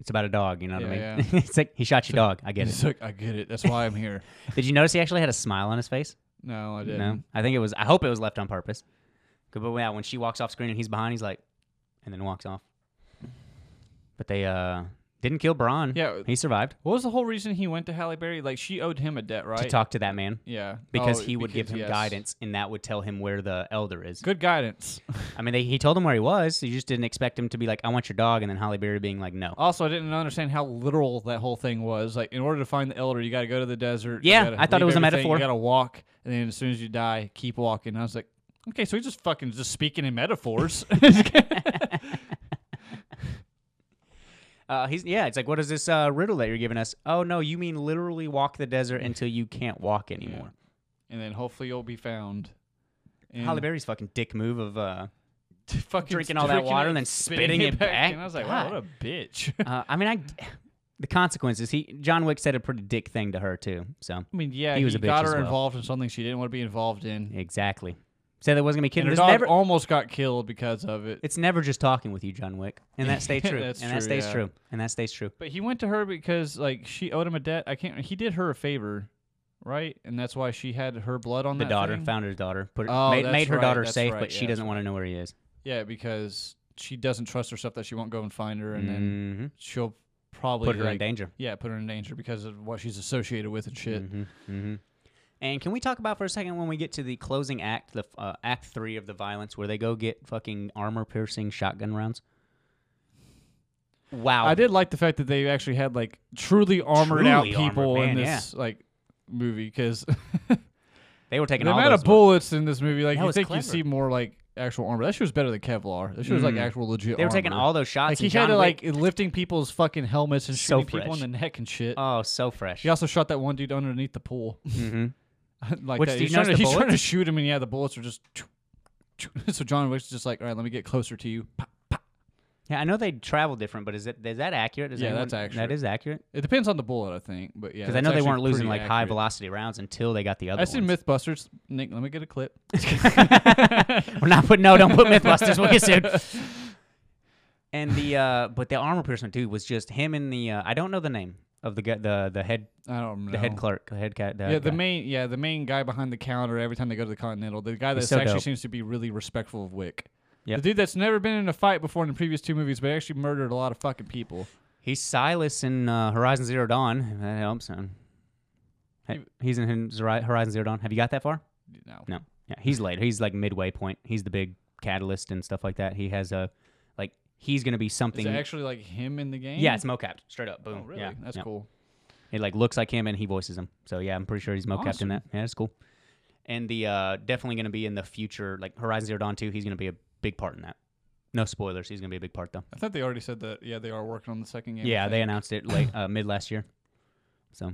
S2: It's about a dog. You know what
S1: Yeah,
S2: I mean? <laughs> it's like he
S1: <laughs>
S2: shot your dog. I get it.
S1: He's like, I get it. That's why I'm
S2: <laughs>
S1: here.
S2: Did you notice he actually had a smile on his face?
S1: No, I didn't.
S2: No, I think it was. I hope it was left on purpose. 'Cause- But yeah, when she walks off screen and he's behind, he's like, and then walks off. But they uh didn't kill Braun.
S1: Yeah.
S2: he survived
S1: What was the whole reason he went to Halle Berry? Like she owed him a debt, right?
S2: to talk to that man
S1: yeah,
S2: because
S1: Oh,
S2: he would give
S1: because-
S2: him
S1: yes.
S2: guidance, and that would tell him where the elder is.
S1: Good guidance.
S2: I mean, they, he told him where he was. So you just didn't expect him to be like, "I want your dog," and then Holly Berry being like, "No."
S1: Also, I didn't understand how literal that whole thing was. Like, in order to find the elder, you got to go to the desert. you
S2: Yeah,
S1: gotta
S2: I thought it
S1: leave
S2: was a
S1: everything,
S2: metaphor.
S1: You got to walk, and then as soon as you die, keep walking. I was like, okay, so he's just fucking just speaking in
S2: <laughs>
S1: metaphors.
S2: Uh, he's yeah. It's like, what is this uh, riddle that you're giving us? Oh no, you mean literally walk the desert until you can't walk anymore.
S1: and then hopefully you'll be found. And
S2: Holly Berry's fucking dick move of uh,
S1: <laughs> fucking
S2: drinking all that
S1: drinking
S2: water
S1: it
S2: and then spitting it back.
S1: And I was like, wow, what
S2: God.
S1: a bitch. <laughs>
S2: uh I mean, I the consequences. He John Wick said a pretty dick thing to her too. So
S1: I mean, yeah,
S2: He
S1: he,
S2: was a bitch
S1: got
S2: as
S1: her
S2: well.
S1: involved in something she didn't want to be involved in.
S2: exactly. Said there wasn't gonna be
S1: And
S2: kidding.
S1: her dog
S2: There's never.
S1: almost got killed because of it.
S2: It's never just talking with you, John Wick, and that
S1: <laughs>
S2: stays true.
S1: That's
S2: and
S1: true,
S2: that stays
S1: yeah.
S2: true. And that stays true.
S1: But he went to her because like she owed him a debt. I can't. He did her a favor, right? And that's why she had her blood on
S2: The
S1: that
S2: daughter
S1: thing?
S2: found her daughter, put her,
S1: Oh,
S2: made,
S1: that's
S2: made her
S1: right,
S2: daughter
S1: that's
S2: safe,
S1: right,
S2: but
S1: yeah,
S2: she
S1: that's
S2: doesn't want to know where he is.
S1: Yeah, because she doesn't trust herself that she won't go and find her, and then
S2: hmm
S1: she'll probably
S2: Put her in
S1: like-
S2: danger.
S1: Yeah, put her in danger because of what she's associated with and shit.
S2: hmm
S1: mm-hmm.
S2: hmm And can we talk about for a second when we get to the closing act, the uh, act three of the violence, where they go get fucking armor-piercing shotgun rounds? Wow,
S1: I did like the fact that they actually had like truly armored out
S2: Truly armored,
S1: people in
S2: man, yeah.
S1: this like movie because
S2: they were
S1: the
S2: taking all
S1: amount
S2: those
S1: of bullets in this movie, like
S2: That
S1: you
S2: was
S1: think
S2: clever.
S1: you see more like actual armor. That shit was better than Kevlar. That shit was like
S2: Mm.
S1: actual legit.
S2: They were taking
S1: armor.
S2: all those shots.
S1: Like he
S2: and
S1: had
S2: John
S1: to like
S2: Wick-
S1: lifting people's fucking helmets and
S2: So
S1: shooting people in the neck and shit.
S2: oh, so fresh.
S1: he also shot that one dude underneath the pool. <laughs>
S2: hmm
S1: like
S2: Which,
S1: that.
S2: do you
S1: He's, trying to,
S2: notice the
S1: he's trying to
S2: bullets?
S1: shoot him, and yeah, the bullets are just. <laughs> So John Wick's just like, all right, let me get closer to you. Pop.
S2: Yeah, I know they travel different, but is it is that accurate? Is
S1: Yeah,
S2: anyone-
S1: that's accurate.
S2: That is accurate
S1: It depends on the bullet, I think, but yeah,
S2: because I
S1: that's
S2: know they
S1: actually
S2: weren't losing
S1: pretty
S2: like high
S1: accurate.
S2: velocity rounds until they got the other.
S1: I seen
S2: ones.
S1: MythBusters. Nick, let me get a clip.
S2: We're not putting no, don't put MythBusters. We'll get sued. <laughs> And the uh, but the armor piercing dude was just him and the uh, I don't know the name of the guy, the the head
S1: I don't know.
S2: the head clerk the head cat the
S1: yeah, the
S2: guy.
S1: main yeah the main guy behind the counter every time they go to the Continental, the guy that
S2: so
S1: actually
S2: dope.
S1: seems to be really respectful of Wick.
S2: Yep.
S1: The dude that's never been in a fight before in the previous two movies, but actually murdered a lot of fucking people.
S2: he's Silas in uh, Horizon Zero Dawn if that helps him. Hey, He's in his Hori- Horizon Zero Dawn. Have you got that far?
S1: You know. <laughs>
S2: No. Yeah, he's later. He's like midway point. He's the big catalyst and stuff like that. He has a he's gonna be
S1: Is
S2: something.
S1: it actually like him in the game?
S2: yeah, it's mocapped, straight up. Boom.
S1: Oh, really?
S2: Yeah,
S1: That's
S2: yeah.
S1: cool.
S2: It like looks like him and he voices him. So yeah, I'm pretty sure he's mocapped
S1: Awesome.
S2: in that. Yeah, that's cool. And the uh, definitely going to be in the future, like Horizon Zero Dawn 2, he's going to be a big part in that. No spoilers. He's going to be a big part though.
S1: I thought they already said that. Yeah, they are working on the second game. I
S2: Yeah, they
S1: think.
S2: announced it late uh, mid last year. So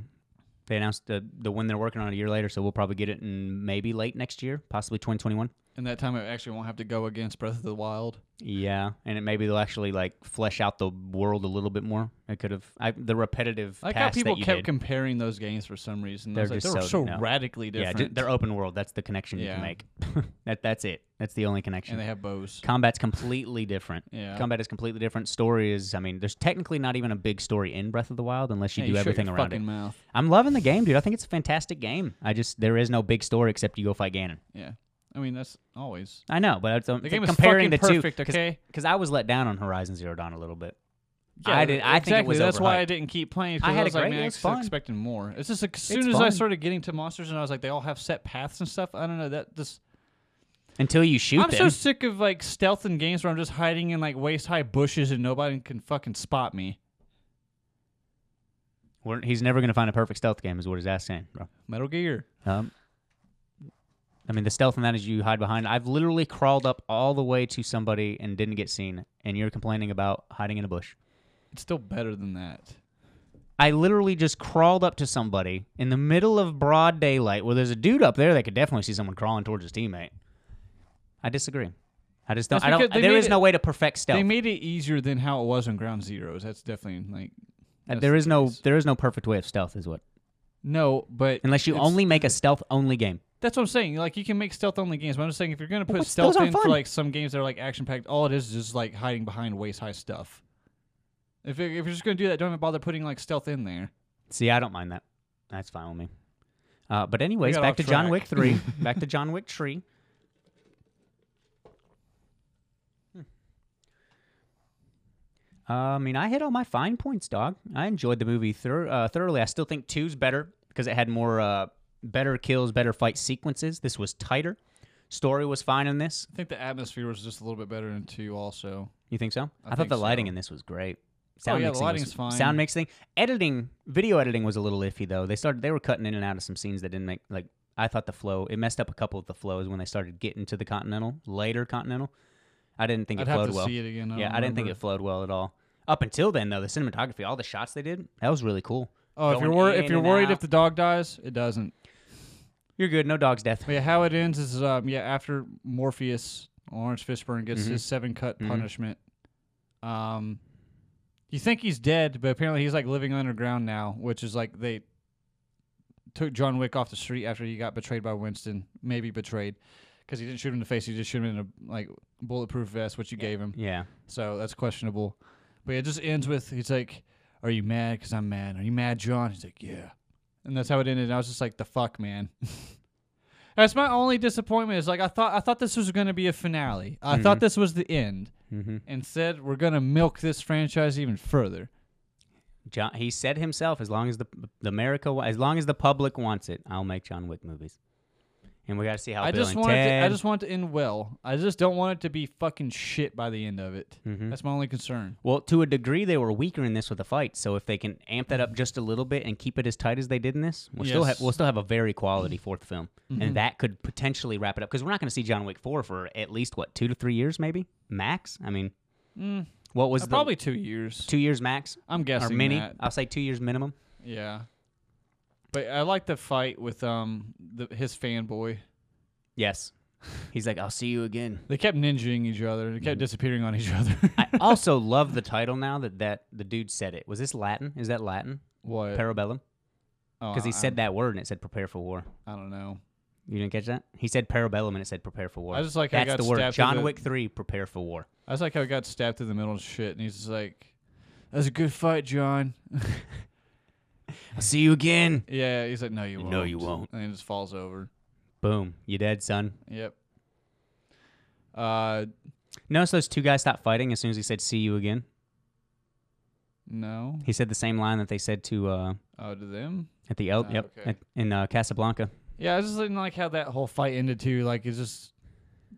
S2: they announced the the one they're working on a year later. So we'll probably get it in maybe late next year, possibly 2021.
S1: And that time it actually won't have to go against Breath of the Wild.
S2: Yeah, and it maybe they'll actually like flesh out the world a little bit more. It could have I, the repetitive
S1: I like how
S2: tasks
S1: people
S2: that you
S1: kept
S2: did.
S1: comparing those games for some reason. I
S2: They're
S1: was like,
S2: just
S1: they were so,
S2: so- no.
S1: radically
S2: yeah,
S1: different.
S2: ju- they're open world. That's the connection you
S1: Yeah.
S2: can make. <laughs> that that's it. That's the only connection.
S1: and they have bows.
S2: Combat's completely different.
S1: Yeah.
S2: Combat is completely different. Story is, I mean, there's technically not even a big story in Breath of the Wild unless you
S1: Hey,
S2: do
S1: shut
S2: everything
S1: your
S2: around
S1: fucking
S2: it.
S1: mouth.
S2: I'm loving the game, dude. I think it's a fantastic game. I just there is no big story except you go fight Ganon.
S1: Yeah. I mean, that's always.
S2: I know, but it's, um,
S1: The game is fucking
S2: comparing the two,
S1: perfect,
S2: cause,
S1: okay?
S2: Because I was let down on Horizon Zero Dawn a little bit.
S1: Yeah,
S2: I did. I
S1: exactly.
S2: think it was
S1: That's why I
S2: overhyped.
S1: didn't keep playing. 'cause
S2: I had
S1: I
S2: a
S1: was like,
S2: great-
S1: man,
S2: it
S1: I
S2: was
S1: was
S2: fun.
S1: expecting more. It's just like, as soon
S2: It's
S1: as I
S2: fun.
S1: started getting to monsters, and I was like, they all have set paths and stuff. I don't know. That just
S2: until you shoot
S1: I'm so
S2: them.
S1: sick of like stealth in games where I'm just hiding in like waist high bushes and nobody can fucking spot me.
S2: We're- he's never going to find a perfect stealth game, is what his ass saying, bro.
S1: Metal Gear.
S2: Um, I mean, the stealth in that is you hide behind. I've literally crawled up all the way to somebody and didn't get seen, and you're complaining about hiding in a bush.
S1: It's still better than that.
S2: I literally just crawled up to somebody in the middle of broad daylight where there's a dude up there that could definitely see someone crawling towards his teammate. I disagree. I just don't.
S1: That's
S2: I don't
S1: because they
S2: there
S1: made
S2: is
S1: it-
S2: no way to perfect
S1: They
S2: stealth.
S1: made it easier than how it was on Ground Zeroes. That's definitely like
S2: Uh,
S1: that's
S2: There
S1: the
S2: is no.
S1: case.
S2: There is no perfect way of stealth, is what.
S1: no, but
S2: Unless you
S1: it's-
S2: only make a stealth only game.
S1: That's what I'm saying. Like you can make stealth only games, but I'm just saying if you're gonna put
S2: what's- those
S1: stealth
S2: aren't
S1: in for
S2: fun.
S1: like some games that are like action packed, all it is is just like hiding behind waist high stuff. If you're, if you're just gonna do that, don't even bother putting like stealth in there.
S2: See, I don't mind that. That's fine with me. Uh, but anyways,
S1: got
S2: back
S1: off
S2: to John
S1: track. <laughs>
S2: Wick three. back to John Wick three. Hmm. Uh, I mean, I hit all my fine points, dog. I enjoyed the movie thor- uh, thoroughly. I still think two's better because it had more uh, better kills, better fight sequences. This was tighter. Story was fine in this.
S1: I think the atmosphere was just a little bit better in two. Also,
S2: You think so?
S1: I
S2: I, thought
S1: think
S2: the lighting
S1: so.
S2: in this was great.
S1: Oh, yeah, the
S2: mixing was-
S1: lighting's fine.
S2: Sound mixing, editing, video editing was a little iffy though. They started they were cutting in and out of some scenes that didn't make like I thought the flow. It messed up a couple of the flows when they started getting to the Continental later Continental. I didn't think
S1: I'd
S2: it
S1: have
S2: flowed
S1: to
S2: well.
S1: see it again. I
S2: yeah,
S1: don't
S2: I didn't think it
S1: remember.
S2: flowed well at all. Up until then though, the cinematography, all the shots they did, that was really cool.
S1: Oh, if
S2: going
S1: you're worried, if
S2: in
S1: you're
S2: and
S1: worried
S2: out.
S1: if the dog dies, it doesn't.
S2: You're good. No
S1: <laughs>
S2: dog's death.
S1: But yeah, how it ends is um yeah after Morpheus Lawrence Fishburne gets
S2: Mhm.
S1: his seven cut
S2: Mhm.
S1: punishment, um, you think he's dead, but apparently he's like living underground now, which is like they took John Wick off the street after he got betrayed by Winston, maybe betrayed, because he didn't shoot him in the face, he just shoot him in a like bulletproof vest, which you gave him.
S2: Yeah.
S1: So that's questionable. But it just ends with he's like, "Are you mad? Because I'm mad. Are you mad, John?" He's like, "Yeah." And that's how it ended. And I was just like, "The fuck, man." <laughs> that's my only disappointment. Is like I thought I thought this was gonna be a finale. I thought this was the end.
S2: Mm-hmm.
S1: Instead, we're gonna milk this franchise even further.
S2: John, he said himself, as long as the the America, wa- as long as the public wants it, I'll make John Wick movies. And we got to see how
S1: I
S2: Bill
S1: just
S2: and
S1: want it
S2: Ted.
S1: to, I just want it to end well. I just don't want it to be fucking shit by the end of it.
S2: Mhm.
S1: That's my only concern.
S2: Well, to a degree, they were weaker in this with the fight. So if they can amp that up just a little bit and keep it as tight as they did in this, we'll still have
S1: Yes. Mm-hmm.
S2: we'll still have a very quality fourth film, and that could potentially wrap it up because we're not going to see John Wick four for at least what two to three years, maybe max. I mean,
S1: Mm,
S2: what was
S1: uh,
S2: the
S1: probably two years.
S2: two years max
S1: I'm
S2: or
S1: guessing
S2: mini?
S1: that.
S2: I'll say two years minimum.
S1: Yeah. But I like the fight with um the, his fanboy.
S2: Yes, he's like, I'll see you again.
S1: They kept ninjaing each other. They kept disappearing on each <laughs> other.
S2: Mm-hmm. I also love the title now that that the dude said it. Was this Latin? Is that Latin?
S1: what?
S2: Parabellum?
S1: Oh,
S2: Because he
S1: I-
S2: said that word and it said prepare for war.
S1: I don't know.
S2: You didn't catch that? He said parabellum and it said prepare for war.
S1: I just like how I
S2: that's
S1: got
S2: the word.
S1: stabbed through
S2: John
S1: the-
S2: Wick three, prepare for war.
S1: I was like how he got stabbed through the middle of shit, and he's just like, "That's a good fight, John." <laughs>
S2: I'll see you again.
S1: yeah, he's like, "No, you won't."
S2: No, you won't.
S1: And he just falls over.
S2: Boom. You dead, son.
S1: Yep. Uh,
S2: Notice those two guys stopped fighting as soon as he said see you again.
S1: no.
S2: He said the same line that they said to uh
S1: Oh, to them.
S2: at the El
S1: Ah,
S2: yep
S1: okay.
S2: at- in uh, Casablanca.
S1: Yeah, I just didn't like how that whole fight ended too. Like it's just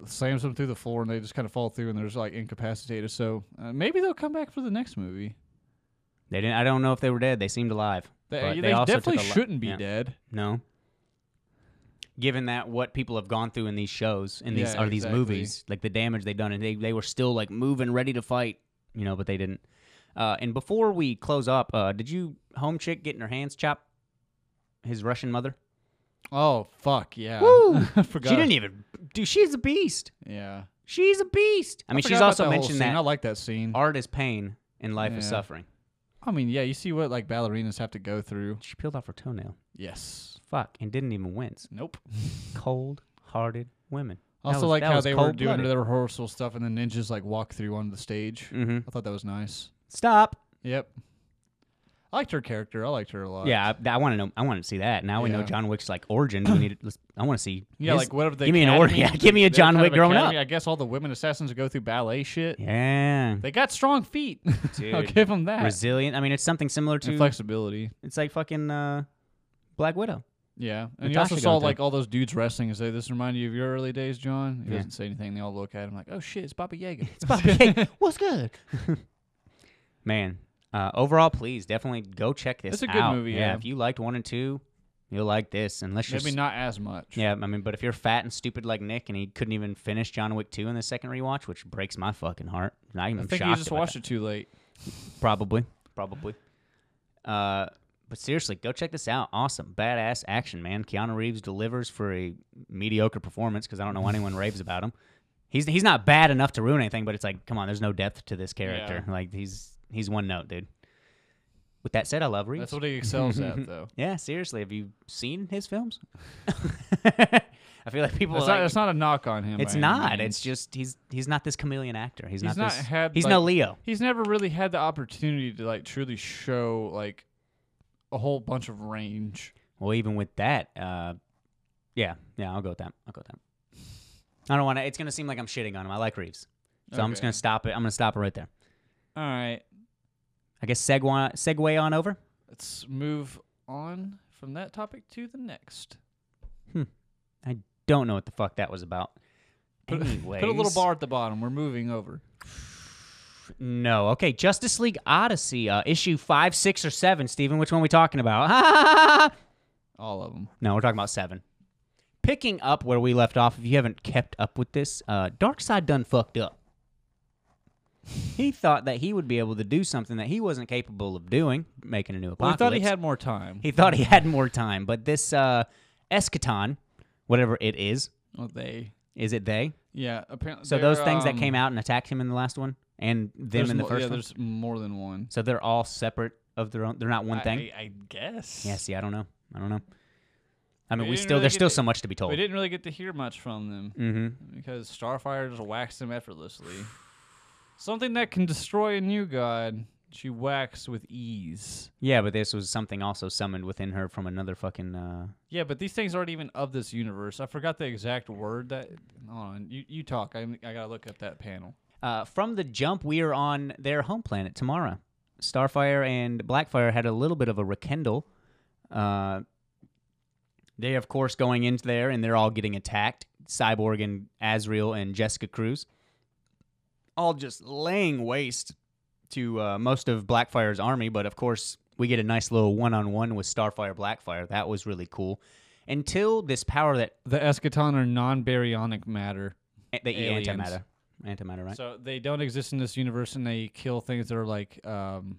S1: slams them through the floor and they just kind of fall through and they're just like incapacitated. So uh, maybe they'll come back for the next movie.
S2: They didn't. I don't know if they were dead. They seemed alive.
S1: They,
S2: but
S1: they
S2: also took
S1: definitely
S2: a lo-
S1: shouldn't be
S2: yeah.
S1: dead.
S2: No. Given that what people have gone through in these shows, in these
S1: Yeah,
S2: are these
S1: exactly.
S2: movies, like the damage they've done, and they, they were still like moving, ready to fight, you know, but they didn't. Uh, and before we close up, uh, did you home chick getting her hands chopped? His Russian mother.
S1: Oh fuck yeah!
S2: Woo!
S1: <laughs> I forgot.
S2: She didn't e- even. Dude, she's a beast.
S1: Yeah.
S2: She's a beast. I mean,
S1: forgot
S2: she's
S1: about
S2: also
S1: that whole
S2: mentioned
S1: scene.
S2: that
S1: I like that scene.
S2: art is pain and life is
S1: Yeah.
S2: suffering.
S1: I mean, yeah, you see what like ballerinas have to go through.
S2: She peeled off her toenail.
S1: Yes.
S2: Fuck, and didn't even wince. <laughs>
S1: Nope.
S2: Cold-hearted women.
S1: <laughs>
S2: That
S1: Also,
S2: was-
S1: like
S2: that
S1: how
S2: was
S1: they were doing
S2: cold-blooded.
S1: their rehearsal stuff and the ninjas like walk through onto the stage.
S2: Mhm.
S1: I thought that was nice.
S2: Stop.
S1: Yep. I liked her character. I liked her a lot.
S2: Yeah, I, I want to know. I want to see that. Now we know
S1: Yeah.
S2: John Wick's like origin. We need. Let's, I want to see.
S1: Yeah,
S2: his-
S1: like whatever they
S2: give me an order. Yeah, give me a John Wick growing up.
S1: I guess all the women assassins go through ballet shit. <laughs>
S2: Yeah,
S1: They got strong feet. <laughs> I'll
S2: Dude.
S1: give them that.
S2: resilient. I mean, it's something similar
S1: and
S2: to.
S1: flexibility.
S2: it's like fucking uh, Black Widow.
S1: Yeah, and you
S2: Natasha
S1: also saw
S2: going through.
S1: like all those dudes wrestling and say, "This remind you of your early days, John." He
S2: Yeah.
S1: doesn't say anything. They all look at him like, "Oh shit, it's Baba Yaga."
S2: <laughs> It's
S1: <laughs>
S2: Bobby Cake. What's good? <laughs> Man, uh, overall, please definitely go check this.
S1: It's a good
S2: out.
S1: movie, yeah.
S2: if you liked one and two, you'll like this. Unless you're
S1: Maybe
S2: s-
S1: not as much.
S2: Yeah, I mean, but if you're fat and stupid like Nick, and he couldn't even finish John Wick two in the second rewatch, which breaks my fucking heart. I am
S1: I
S2: shocked.
S1: think you just
S2: about that.
S1: watched it too late.
S2: Probably. Probably. Uh, but seriously, go check this out. Awesome. Badass action, man. Keanu Reeves delivers for a mediocre performance because I don't know why anyone raves about him. He's he's not bad enough to ruin anything, but it's like, come on, there's no depth to this character. Like he's he's one note, dude. With that said, I love Reeves.
S1: That's what he excels at,
S2: <laughs>
S1: though.
S2: yeah, seriously. Have you seen
S1: <laughs>
S2: his films? I feel like people
S1: That's
S2: are
S1: not,
S2: like-
S1: that's not a knock on him.
S2: it's
S1: by any
S2: not.
S1: means.
S2: It's just he's he's not this chameleon actor. He's,
S1: He's
S2: not
S1: not
S2: this,
S1: had,
S2: He's no
S1: like-
S2: Leo.
S1: he's never really had the opportunity to like truly show like a whole bunch of range.
S2: Well, even with that, uh, yeah, yeah, I'll go with that. I'll go with that. I don't want to. It's gonna seem like I'm shitting on him. I like Reeves, so I'm just
S1: Okay.
S2: gonna stop it. I'm gonna stop it right there.
S1: All right,
S2: I guess segue segue on over.
S1: let's move on from that topic to the next.
S2: I don't know what the fuck that was about.
S1: Put, <laughs>
S2: Anyways,
S1: put a little bar at the bottom. We're moving over.
S2: No, okay. Justice League Odyssey, uh, issue five, six, or seven. Steven, which one we talking about? <laughs>
S1: All of them.
S2: No, we're talking about seven. Picking up where we left off, if you haven't kept up with this, uh, Dark Side done fucked up. He thought that he would be able to do something that he wasn't capable of doing, making a new
S1: Well, I
S2: apocalypse.
S1: thought he had more time.
S2: He thought he had more time, but this uh, eschaton, whatever it is,
S1: Well, they.
S2: is it they?
S1: Yeah, apparently.
S2: So those things that came out and attacked him in the last one, and them in the first
S1: yeah,
S2: one.
S1: um, there's more than one.
S2: So they're all separate of their own. They're not one thing.
S1: I, I guess.
S2: yeah. See, I don't know. I don't know. I mean,
S1: We
S2: we,
S1: didn't
S2: still
S1: really
S2: there's
S1: get
S2: still
S1: to-
S2: so much to be told.
S1: We didn't really get to hear much from them
S2: Mm-hmm.
S1: because Starfire just waxed them effortlessly.
S2: <sighs>
S1: Something that can destroy a new god, she waxed with ease.
S2: Yeah, but this was something also summoned within her from another fucking. Uh,
S1: Yeah, but these things aren't even of this universe. I forgot the exact word that. Hold on, you, you talk. I, I gotta look up that panel.
S2: uh, from the jump, we are on their home planet, Tamara. Starfire and Blackfire had a little bit of a rekindle. Uh, they, of course, going into there and they're all getting attacked. Cyborg and Azrael and Jessica Cruz, all just laying waste to uh, most of Blackfire's army. But of course, we get a nice little one-on-one with Starfire Blackfire. That was really cool. Until this power that
S1: The Eschaton are non-baryonic matter.
S2: the
S1: Aliens.
S2: antimatter, antimatter, right?
S1: So they don't exist in this universe, and they kill things that are like um,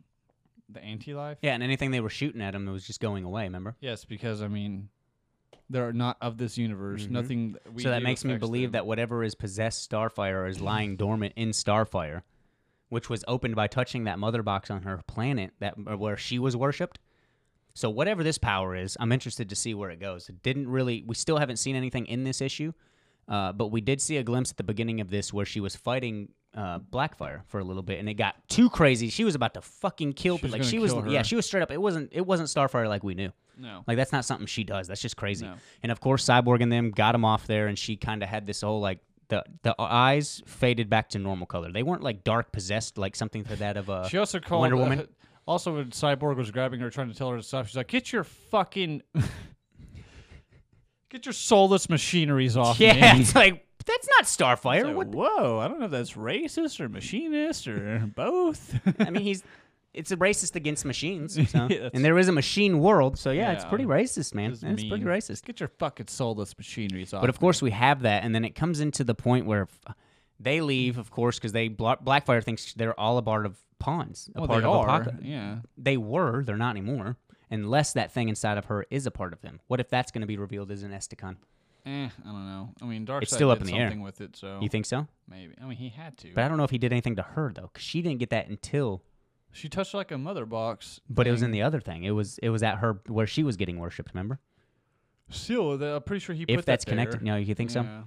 S1: the anti-life.
S2: Yeah, and anything they were shooting at him was just going away. Remember?
S1: Yes, because I mean, they're not of this universe.
S2: Mhm.
S1: Nothing. th- We
S2: so that
S1: do
S2: makes me
S1: affects
S2: believe
S1: them.
S2: that whatever is possessed Starfire is
S1: <laughs>
S2: lying dormant in Starfire, which was opened by touching that mother box on her planet that or where she was worshipped. So whatever this power is, I'm interested to see where it goes. It didn't really. We still haven't seen anything in this issue, uh, but we did see a glimpse at the beginning of this where she was fighting. Uh, Blackfire for a little bit, and it got too crazy. She was about to fucking kill.
S1: She was
S2: like
S1: gonna
S2: she was,
S1: kill her.
S2: yeah, she was straight up. It wasn't. It wasn't Starfire like we knew.
S1: no.
S2: Like that's not something she does. That's just crazy.
S1: No.
S2: And of course, Cyborg and them got him off there, and she kind of had this whole like the the eyes faded back to normal color. They weren't like dark possessed, like something to that of a
S1: She also called
S2: Wonder Woman.
S1: uh, also, when Cyborg was grabbing her, trying to tell her to stop, she's like, "Get your
S2: <laughs>
S1: fucking, get your soulless machineries off
S2: <laughs> yeah.
S1: me."
S2: It's like That's not Starfire.
S1: So,
S2: what?
S1: Whoa, I don't know if that's racist or machinist or <laughs> both.
S2: <laughs> I mean, he's it's a racist against
S1: <laughs>
S2: machines, so.
S1: that's-
S2: and there is a machine world. So yeah, it's
S1: Yeah.
S2: pretty racist, man.
S1: This is
S2: It's pretty
S1: mean.
S2: racist.
S1: Get your fucking soulless machineries off.
S2: But of course, we have that, and then it comes into the point where f- they leave, of course, because they Bla- Blackfire thinks they're all a part of pawns, a
S1: well,
S2: part
S1: Oh, they
S2: of
S1: are.
S2: Apoca-
S1: Yeah.
S2: They were, they're not anymore, unless that thing inside of her is a part of them. What if that's going to be revealed as an Esticon?
S1: Eh, I don't know. I mean, Darkseid
S2: It's still up
S1: did
S2: in the air.
S1: something with it, so
S2: You think so?
S1: maybe. I mean, he had to.
S2: But I don't know if he did anything to her though, because she didn't get that until.
S1: She touched like a mother box,
S2: But it was in the other thing. It was it was at her where she was getting worshipped. Remember?
S1: seal. that- I'm pretty sure he put
S2: if that's
S1: that
S2: connected,
S1: there.
S2: no, you think so?
S1: Yeah.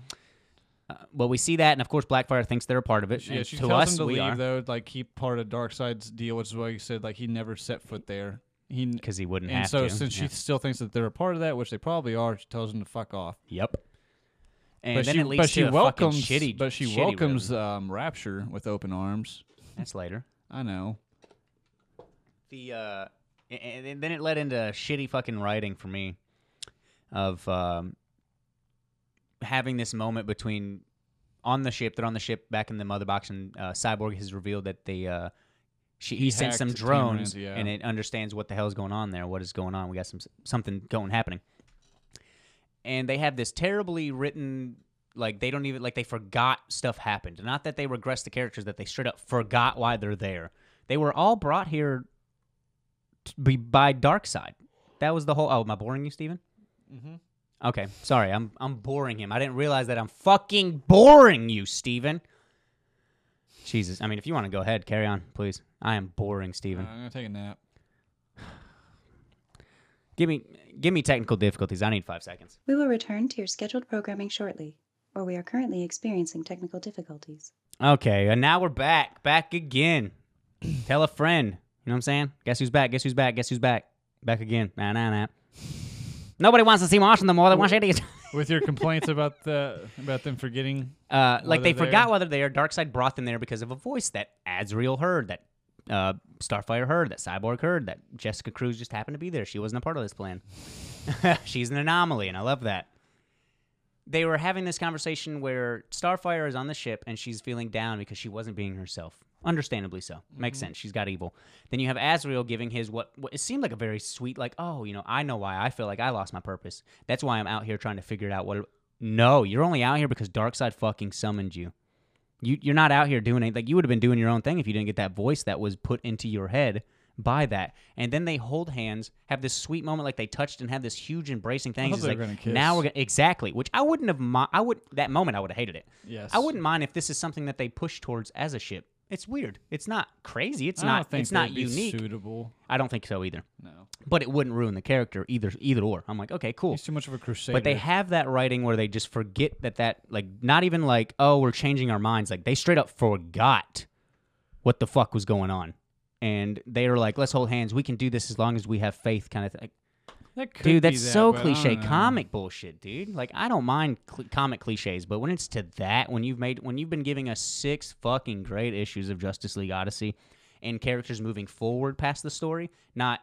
S2: Uh, well, we see that, and of course, Blackfire thinks they're a part of it.
S1: She, yeah,
S2: and
S1: she
S2: to
S1: tells
S2: us,
S1: him to
S2: we
S1: leave
S2: are
S1: though. Like he part of Darkseid's deal, which is why he said like he never set foot there. He n-
S2: because he wouldn't
S1: and
S2: have
S1: so
S2: to.
S1: since
S2: yeah.
S1: she still thinks that they're a part of that, which they probably are, she tells him to fuck off.
S2: Yep. And
S1: but
S2: then
S1: she,
S2: it leads
S1: but she
S2: to a fucking
S1: welcomes,
S2: shitty.
S1: but she
S2: shitty
S1: welcomes
S2: rhythm.
S1: um, Rapture with open arms.
S2: That's later.
S1: I know.
S2: The uh, and, and then it led into shitty fucking writing for me, of um, having this moment between on the ship. They're on the ship back in the mother box, and uh, Cyborg has revealed that they uh, she he, sent
S1: hacked
S2: some
S1: Team
S2: drones,
S1: Renzi, yeah.
S2: and it understands what the hell is going on there. What is going on? We got some something going happening, and they have this terribly written. Like they don't even like they forgot stuff happened. Not that they regressed the characters, that they straight up forgot why they're there. They were all brought here t- be by dark side. That was the whole. Oh, am I boring you, Steven? Mm-hmm. Okay, sorry. I'm I'm boring him. I didn't realize that I'm fucking boring you, Steven. Jesus. I mean, if you want to go ahead, carry on, please. I am boring,
S1: Uh,
S2: Steven.
S1: I'm gonna take a nap.
S2: give me give me technical difficulties. I need five seconds.
S5: We will return to your scheduled programming shortly, or we are currently experiencing technical difficulties.
S2: Okay, and now we're back, back again. Tell a friend. You know what I'm saying? Guess who's back? Guess who's back? Guess who's back? Back again. Nah, nah, nah. Nobody wants to see Washington no more. They want idiots.
S1: With your complaints about the about them forgetting
S2: Uh, like they
S1: they're
S2: forgot
S1: there.
S2: why they're there. Darkseid brought them there because of a voice that Azrael heard, that uh, Starfire heard, that Cyborg heard, that Jessica Cruz just happened to be there. She wasn't a part of this plan. <laughs> She's an anomaly, and I love that. They were having this conversation where Starfire is on the ship and she's feeling down because she wasn't being herself. Understandably so. Makes
S1: Mm-hmm.
S2: sense. She's got evil. Then you have Azrael giving his what, what it seemed like a very sweet, like, oh, you know, I know why I feel like I lost my purpose. That's why I'm out here trying to figure it out what. It, no, you're only out here because Darkseid fucking summoned you. You you're not out here doing anything. Like you would have been doing your own thing if you didn't get that voice that was put into your head by that. And then they hold hands, have this sweet moment like they touched and have this huge embracing thing.
S1: thought
S2: It's
S1: they
S2: like
S1: were gonna kiss.
S2: now we're gonna exactly, which I wouldn't have. Mi- I would that moment I would have hated it.
S1: Yes.
S2: I wouldn't mind if this is something that they push towards as a ship. It's weird. It's not crazy. It's
S1: I
S2: not.
S1: Don't think
S2: it's
S1: that
S2: not
S1: would be
S2: unique.
S1: Suitable.
S2: I don't think so either.
S1: No.
S2: But it wouldn't ruin the character either. Either or. I'm like, okay, cool.
S1: He's too much of a crusader.
S2: But they have that writing where they just forget that that like not even like oh we're changing our minds like they straight up forgot what the fuck was going on, and they are like let's hold hands we can do this as long as we have faith kind of thing. Like,
S1: That could
S2: dude,
S1: be
S2: that's
S1: that,
S2: so
S1: but uh, I
S2: cliche
S1: don't know.
S2: comic bullshit, dude. Like I don't mind cl- comic cliches, but when it's to that when you've made when you've been giving us six fucking great issues of Justice League Odyssey and characters moving forward past the story, not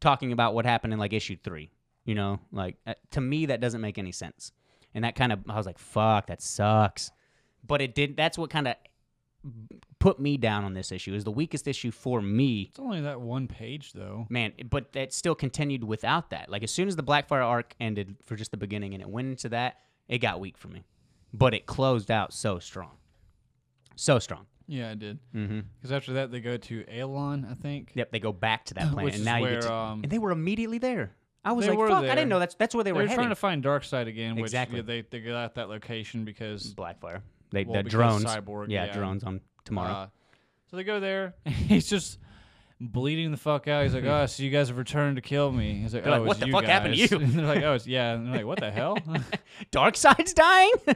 S2: talking about what happened in like issue three. You know, like uh, to me that doesn't make any sense. And that kind of I was like, fuck, that sucks. But it did. That's what kind of put me down on this issue. Is the weakest issue for me
S1: It's only that one page though.
S2: man but that still continued without that like as soon as the blackfire arc ended for just the beginning and it went into that it got weak for me but it closed out so strong so strong
S1: Yeah, I did.
S2: mm-hmm.
S1: Because after that they go to Alon, I think.
S2: yep they go back
S1: <laughs>
S2: to that planet
S1: Which
S2: and
S1: is
S2: now you
S1: where,
S2: get to,
S1: um,
S2: and they were immediately there i was
S1: they
S2: like
S1: were
S2: fuck i
S1: there.
S2: didn't know that's that's where they
S1: They
S2: were
S1: were trying
S2: heading
S1: to find Darkseid again, which
S2: Exactly.
S1: yeah, they they got that location because
S2: blackfire they
S1: Well,
S2: the
S1: because
S2: drones
S1: Cyborg,
S2: yeah,
S1: yeah.
S2: drones on tomorrow
S1: Uh, so they go there. <laughs> He's just bleeding the fuck out. He's like, "Oh, so you guys have returned to kill me." He's like,
S2: They're
S1: "Oh,
S2: like,
S1: it's
S2: "What the
S1: you
S2: fuck happened to
S1: guys." <laughs>
S2: you?
S1: And they're like, "Oh, it's, yeah." And they're like, "What the hell?" <laughs>
S2: dark side's dying <laughs>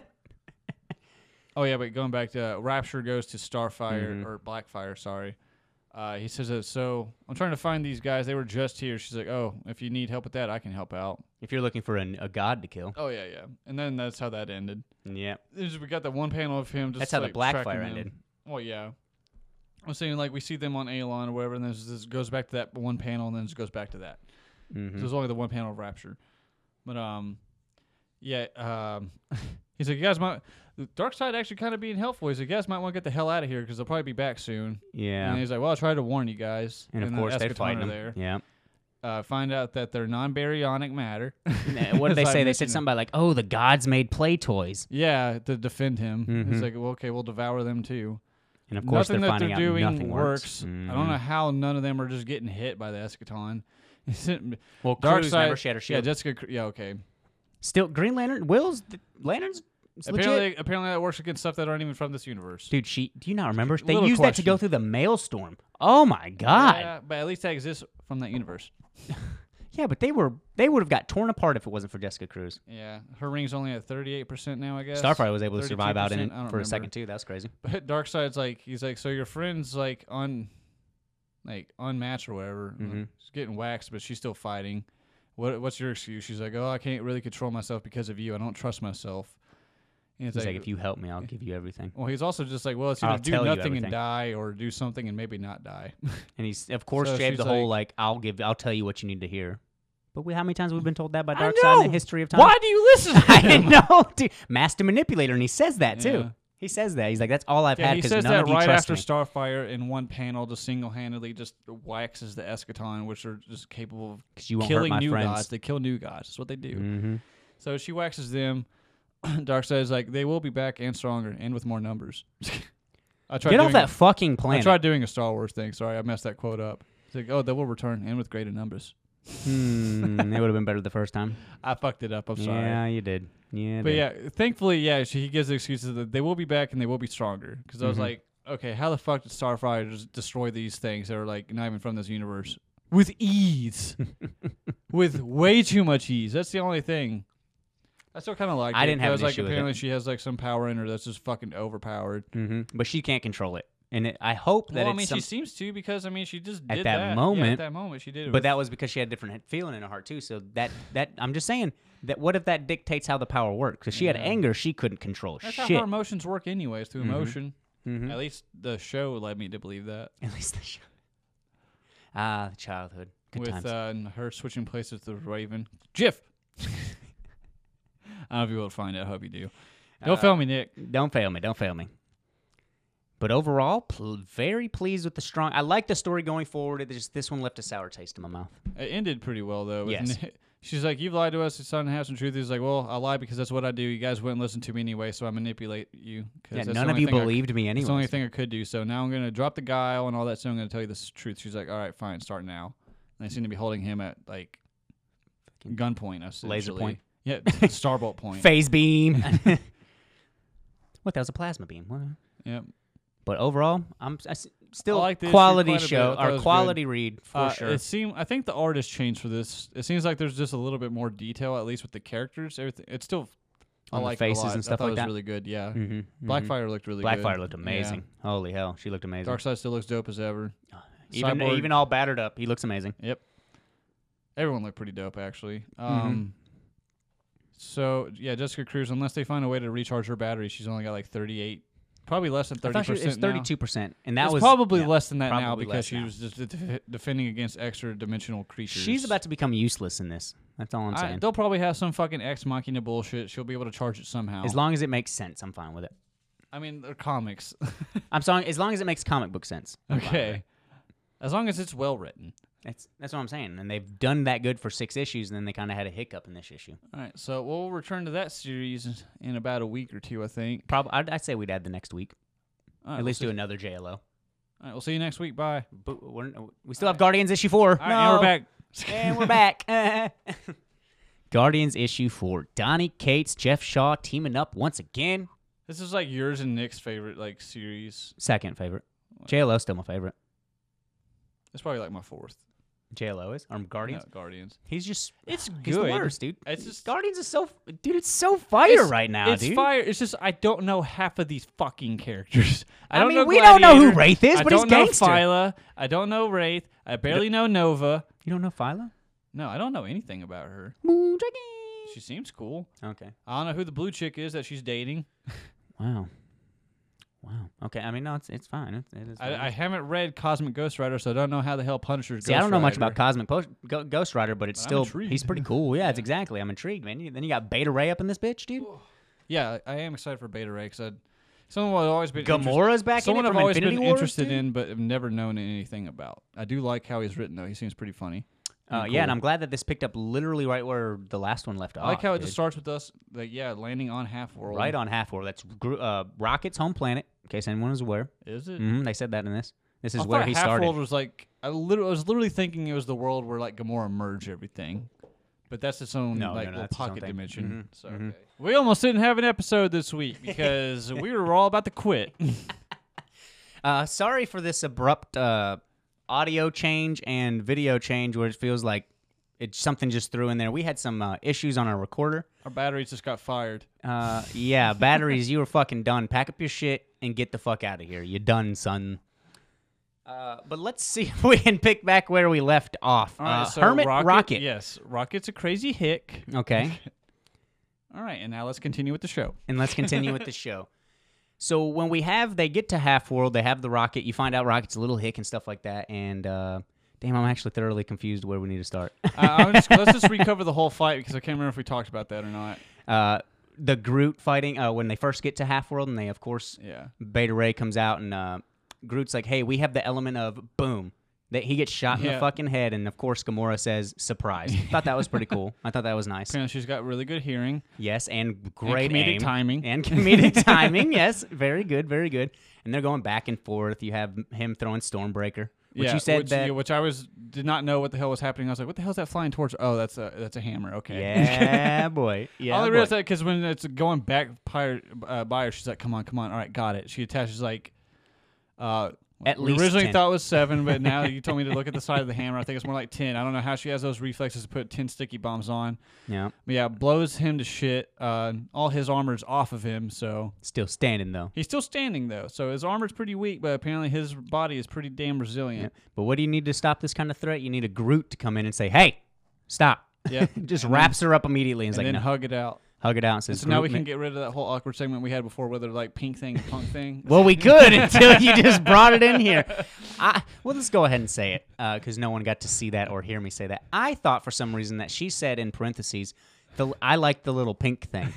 S1: oh yeah, but going back to uh, Rapture goes to Starfire or Blackfire. Sorry. Uh, he says, uh, "So I'm trying to find these guys. They were just here." She's like, "Oh, if you need help with that, I can help out."
S2: if you're looking for an, a god to kill
S1: Oh yeah, yeah. And then that's how that ended.
S2: yeah
S1: It's just- we got that one panel of him. Just
S2: That's how the
S1: like,
S2: Blackfire
S1: tracking them.
S2: ended.
S1: Well, yeah. I'm saying like we see them on Alon or whatever, and then this this goes back to that one panel, and then it just goes back to that. So
S2: Mhm.
S1: it's only the one panel of Rapture. But um, yeah, um, <laughs> he's like, you guys might. the Dark side actually kind of being helpful. He's like, you guys might want to get the hell out of here because they'll probably be back soon. And
S2: Yeah.
S1: he's like, well, I tried to warn you guys.
S2: And of
S1: then
S2: course, they're
S1: Escatana
S2: fighting them.
S1: there. <laughs>
S2: Yeah.
S1: Uh, find out that they're non-baryonic matter. <laughs>
S2: And what did they
S1: As I
S2: say? They
S1: mentioned-
S2: said something about like, "Oh, the gods made play toys,"
S1: Yeah, to defend him.
S2: Mhm.
S1: It's like, well, okay, we'll devour them too.
S2: and of course
S1: nothing
S2: they're
S1: that
S2: finding
S1: they're
S2: out
S1: doing
S2: nothing
S1: works.
S2: works.
S1: I don't
S2: Mhm.
S1: know how none of them are just getting hit by the eschaton. <laughs>
S2: Well,
S1: Dark
S2: Crew's
S1: side,
S2: never shed her
S1: Yeah,
S2: shield.
S1: Jessica. Cr- Yeah, okay.
S2: Still, Green Lantern, Will's th- Lantern's it's
S1: apparently,
S2: legit.
S1: apparently that works against stuff that aren't even from this universe.
S2: Dude, she do you not remember? They
S1: Little
S2: used that to go
S1: question.
S2: through the maelstrom. Oh my god. Yeah.
S1: Yeah, but at least that exists from that universe.
S2: but they were they would have got torn apart if it wasn't for Jessica Cruz.
S1: Yeah, her ring's only at thirty-eight percent now. I guess
S2: Starfire was able to survive out in
S1: 32%, I
S2: it
S1: don't
S2: for a
S1: remember.
S2: second too. That was crazy.
S1: But Darkseid's like, he's like, so your friend's like on, like unmatched or whatever.
S2: Mhm.
S1: She's getting waxed, but she's still fighting. What what's your excuse? She's like, oh, I can't really control myself because of you. I don't trust myself. And it's
S2: He's like, if you help me, I'll give you everything.
S1: well, he's also just like, well, it's either
S2: I'll
S1: do
S2: tell you
S1: nothing and
S2: everything.
S1: die, or do something and maybe not die. <laughs>
S2: And he's of course
S1: So
S2: shaved
S1: she's
S2: the whole like, I'll give I'll tell you what you need to hear. But we, how many times have we been told that by
S1: I
S2: Darkseid in the
S1: know!
S2: history of time?
S1: Why do you listen? To
S2: <laughs> I
S1: him?
S2: know, dude. Master manipulator, and he says that too.
S1: Yeah.
S2: He says that. He's like, that's all I've
S1: Yeah,
S2: had
S1: he
S2: because none
S1: says that
S2: of you
S1: right after
S2: trust me.
S1: Starfire in one panel just single-handedly just waxes the Eschaton, which are just capable of
S2: 'Cause you won't hurt
S1: killing
S2: my
S1: new
S2: friends.
S1: gods. They kill new gods. That's what they do.
S2: Mhm.
S1: So she waxes them. <clears throat> Darkseid's like, they will be back and stronger and with more numbers. <laughs> I tried
S2: Get
S1: doing
S2: off that fucking
S1: I
S2: planet.
S1: tried doing a Star Wars thing. Sorry, I messed that quote up. It's like, oh, they will return and with greater numbers. <laughs>
S2: Hmm, it would have been better the first time.
S1: I fucked it up. I'm sorry.
S2: Yeah, you did. Yeah,
S1: But yeah, thankfully, yeah, she, he gives the excuses that they will be back and they will be stronger. Because
S2: Mm-hmm.
S1: I was like, okay, how the fuck did Starfire just destroy these things that are like not even from this universe with
S2: <laughs>
S1: ease, with way too much ease? That's the only thing. I still kind of like.
S2: I
S1: it,
S2: didn't
S1: but
S2: have
S1: I was
S2: an
S1: like,
S2: issue with it.
S1: apparently she has like some power in her that's just fucking overpowered.
S2: hmm But she can't control it, and it, I hope
S1: well,
S2: that
S1: I
S2: it's
S1: mean,
S2: some-
S1: she seems to because I mean, she just
S2: At
S1: did
S2: that
S1: Yeah,
S2: moment-
S1: at that moment, she did. it
S2: But
S1: with-
S2: that was because she had a different feeling in her heart too. So that that I'm just saying that what if that dictates how the power works? Because she had anger she couldn't control
S1: that's how
S2: shit.
S1: her emotions work, anyways, through emotion.
S2: Mhm.
S1: At least the show led me to believe that.
S2: <laughs> At least they show. Ah, childhood, good
S1: with
S2: times.
S1: uh, and her switching places with Raven.
S2: <laughs>
S1: Jif. I don't know if you will find out. I hope you do.
S2: Uh,
S1: Don't fail me, Nick.
S2: Don't fail me. Don't fail me. But overall, pl- very pleased with the strong. I like the story going forward. It just this one left a sour taste in my mouth.
S1: It ended pretty well though. with
S2: Yes.
S1: Nick- <laughs> She's like, "You've lied to us. It's time to have some truth." He's like, "Well, I lied because that's what I do. You guys wouldn't listen to me anyway, so I manipulate you." 'cause
S2: Yeah,
S1: that's the
S2: none of
S1: only
S2: you
S1: thing I-
S2: believed me
S1: It's
S2: anyway.
S1: the only thing I could do. So now I'm gonna drop the guile and all that. So I'm gonna tell you the s- truth. She's like, "All right, fine, start now." And I seem to be holding him at like
S2: Fucking
S1: gunpoint.
S2: laser
S1: essentially.
S2: point.
S1: Yeah, <laughs> starbolt point. <laughs>
S2: Phase beam. what? That was a plasma beam. What?
S1: Yep.
S2: But overall, I'm I s- still
S1: I like the issue
S2: quality
S1: quite a bit. I
S2: show
S1: thought it
S2: or
S1: was good.
S2: quality read for
S1: Uh,
S2: sure.
S1: It seem I think the art has changed for this. It seems like there's just a little bit more detail, at least with the characters. Everything it's still I
S2: On the
S1: like it a
S2: faces
S1: lot.
S2: and stuff
S1: I thought
S2: like
S1: it was
S2: that.
S1: Really good, yeah.
S2: Mhm, mhm.
S1: Blackfire looked really good.
S2: Blackfire looked amazing. Holy hell, she looked
S1: Yeah.
S2: amazing.
S1: Darkseid still looks dope as ever.
S2: even
S1: Cyborg-
S2: even all battered up, he looks amazing.
S1: Yep. Everyone looked pretty dope actually.
S2: Mm-hmm.
S1: Um So yeah, Jessica Cruz. Unless they find a way to recharge her battery, she's only got like thirty-eight, probably less than
S2: I
S1: thirty
S2: thought she-
S1: percent.
S2: it's thirty-two percent, and that
S1: It's
S2: was
S1: probably
S2: yeah.
S1: less than that now
S2: probably
S1: because
S2: less
S1: she
S2: now.
S1: was just def- defending against extra-dimensional creatures.
S2: She's about to become useless in this. That's all I'm
S1: I-
S2: saying.
S1: they'll probably have some fucking ex machina bullshit. She'll be able to charge it somehow.
S2: as long as it makes sense, I'm fine with it.
S1: I mean, they're comics. <laughs>
S2: I'm sorry, as long as it makes comic book sense. I'm fine with it.
S1: okay. As long as it's well written.
S2: That's that's what I'm saying. And they've done that good for six issues, and then they kind of had a hiccup in this issue.
S1: All right. So we'll return to that series in about a week or two, I think.
S2: Probably, I'd, I'd say we'd add the next week.
S1: All right,
S2: At least
S1: we'll
S2: do
S1: see,
S2: another JLO.
S1: All right. We'll see you next week. Bye.
S2: But we're, we still have Guardians issue four.
S1: All right. And we're
S2: No.
S1: back.
S2: <laughs> and we're back. Guardians issue four. Donnie Cates, Jeff Shaw teaming up once again.
S1: <laughs> This is like yours and Nick's favorite like series.
S2: Second favorite. JLO still my favorite.
S1: It's probably like my fourth.
S2: JLO is. Um, Guardians.
S1: No, Guardians.
S2: He's just.
S1: It's
S2: <sighs> He's the
S1: good.
S2: worst, dude.
S1: It's just-
S2: Guardians is so. Dude, it's so fire
S1: It's-
S2: right now,
S1: it's
S2: dude.
S1: fire. It's just I don't know half of these fucking characters. <laughs> I,
S2: I
S1: don't
S2: mean,
S1: know
S2: we don't know who
S1: Gladiator.
S2: Wraith is,
S1: I
S2: but he's
S1: don't know
S2: gangster.
S1: Phyla. I don't know Wraith. I barely know Nova.
S2: You don't know Phyla?
S1: No, I don't know anything about her.
S2: Moon
S1: She seems cool.
S2: Okay.
S1: I don't know who the blue chick is that she's dating.
S2: Wow. Wow. Okay. I mean, no, it's it's fine. It, it is. what it
S1: I, I
S2: is.
S1: haven't read Cosmic Ghost Rider, so I don't know how the hell Punisher's.
S2: See,
S1: Ghost
S2: I don't know much
S1: Rider-
S2: about Cosmic po- Go- Ghost Rider, but it's
S1: But I'm
S2: still
S1: intrigued.
S2: he's pretty
S1: <laughs>
S2: cool. Yeah, it's exactly. I'm intrigued, man. You, then you got Beta Ray up in this bitch, dude.
S1: Yeah, I I am excited for Beta Ray because someone I've always been. interest-
S2: Gamora's back
S1: Someone
S2: in it
S1: I've
S2: from
S1: always
S2: Infinity
S1: been
S2: Wars,
S1: interested
S2: dude?
S1: in, but have never known anything about. I do like how he's written though. He seems pretty funny.
S2: Uh, Yeah, and I'm glad that this picked up literally right where the last one left off.
S1: I like how it
S2: dude.
S1: just starts with us, like yeah, landing on half world.
S2: Ah, right on half war. That's Gro- uh, Rocket's home planet, in case anyone is aware.
S1: Is it?
S2: hmm they said that in this. This is
S1: I
S2: where
S1: thought
S2: he
S1: half
S2: started.
S1: world was like. I literally, I was literally thinking it was the world where like Gamora merged everything, but that's its own
S2: No, no,
S1: like
S2: no,
S1: little
S2: that's its own
S1: pocket
S2: thing.
S1: dimension.
S2: Mhm,
S1: So okay. we almost didn't have an episode this week
S2: <laughs>
S1: because we were all about to quit.
S2: Uh, sorry for this abrupt uh, audio change and video change, where it feels like it's something just threw in there. We had some uh, issues on our recorder.
S1: Our batteries just got fired.
S2: Uh,
S1: <laughs>
S2: yeah, batteries, you were fucking done. Pack up your shit and get the fuck out of here. You're done, son. Uh, but let's see <laughs> if we can pick back where we left off.
S1: All right,
S2: Uh,
S1: so
S2: Hermit
S1: Rocket,
S2: Rocket.
S1: Yes, Rocket's a crazy hick.
S2: Okay.
S1: All right, and now let's continue with the show.
S2: and let's
S1: <laughs>
S2: continue with the show. So when we have, they get to half world. They have the rocket. You find out rocket's a little hick and stuff like that. And uh, damn, I'm actually thoroughly confused where we need to start. <laughs>
S1: I, Uh, I'm just, let's just recover the whole fight because I can't remember if we talked about that or not.
S2: uh, the Groot fighting uh, when they first get to half world, and they of course
S1: Yeah.
S2: Beta Ray comes out and uh, Groot's like, "Hey, we have the element of boom." That he gets shot in
S1: Yeah.
S2: the fucking head, and of course Gamora says, "Surprise!" Thought that was pretty cool. I thought that was nice.
S1: Apparently, she's got really good hearing.
S2: Yes, and great
S1: comedic
S2: aim.
S1: timing. <laughs>
S2: and comedic timing. Yes, very good, very good. And they're going back and forth. You have him throwing Stormbreaker, which
S1: yeah,
S2: you said
S1: which,
S2: that.
S1: yeah, which I was did not know what the hell was happening. I was like, "What the hell is that flying torch?" Oh, that's a that's a hammer. Okay. <laughs>
S2: yeah,
S1: I
S2: boy. Yeah,
S1: only
S2: boy.
S1: realized that because when it's going back prior, uh, by her, she's like, "Come on, come on, all right, got it." She attaches like, uh,
S2: At
S1: we
S2: least
S1: originally
S2: 10.
S1: thought it was seven, but
S2: <laughs>
S1: now you told me to look at the side of the hammer. I think it's more like ten. I don't know how she has those reflexes to put ten sticky bombs on.
S2: Yeah,
S1: But yeah, blows him to shit. Uh, all his armor's off of him, so
S2: still standing though.
S1: he's still standing though. So his armor's pretty weak, but apparently his body is pretty damn resilient.
S2: But what do you need to stop this kind of threat? You need a Groot to come in and say, "Hey, stop!"
S1: Yeah,
S2: <laughs> Just wraps her up immediately and is
S1: and
S2: like,
S1: then
S2: "No."
S1: hug it out.
S2: hug it out and says,
S1: So now we
S2: "Groot,
S1: can
S2: ma-
S1: get rid of that whole awkward segment we had before, whether like pink thing and punk thing.
S2: <laughs> Well, we could until you just brought it in here. <laughs> I, well, let's go ahead and say it because no one got to see that or hear me say that. I thought for some reason that she said in parentheses, the, I like the little pink
S1: <laughs>
S2: thing.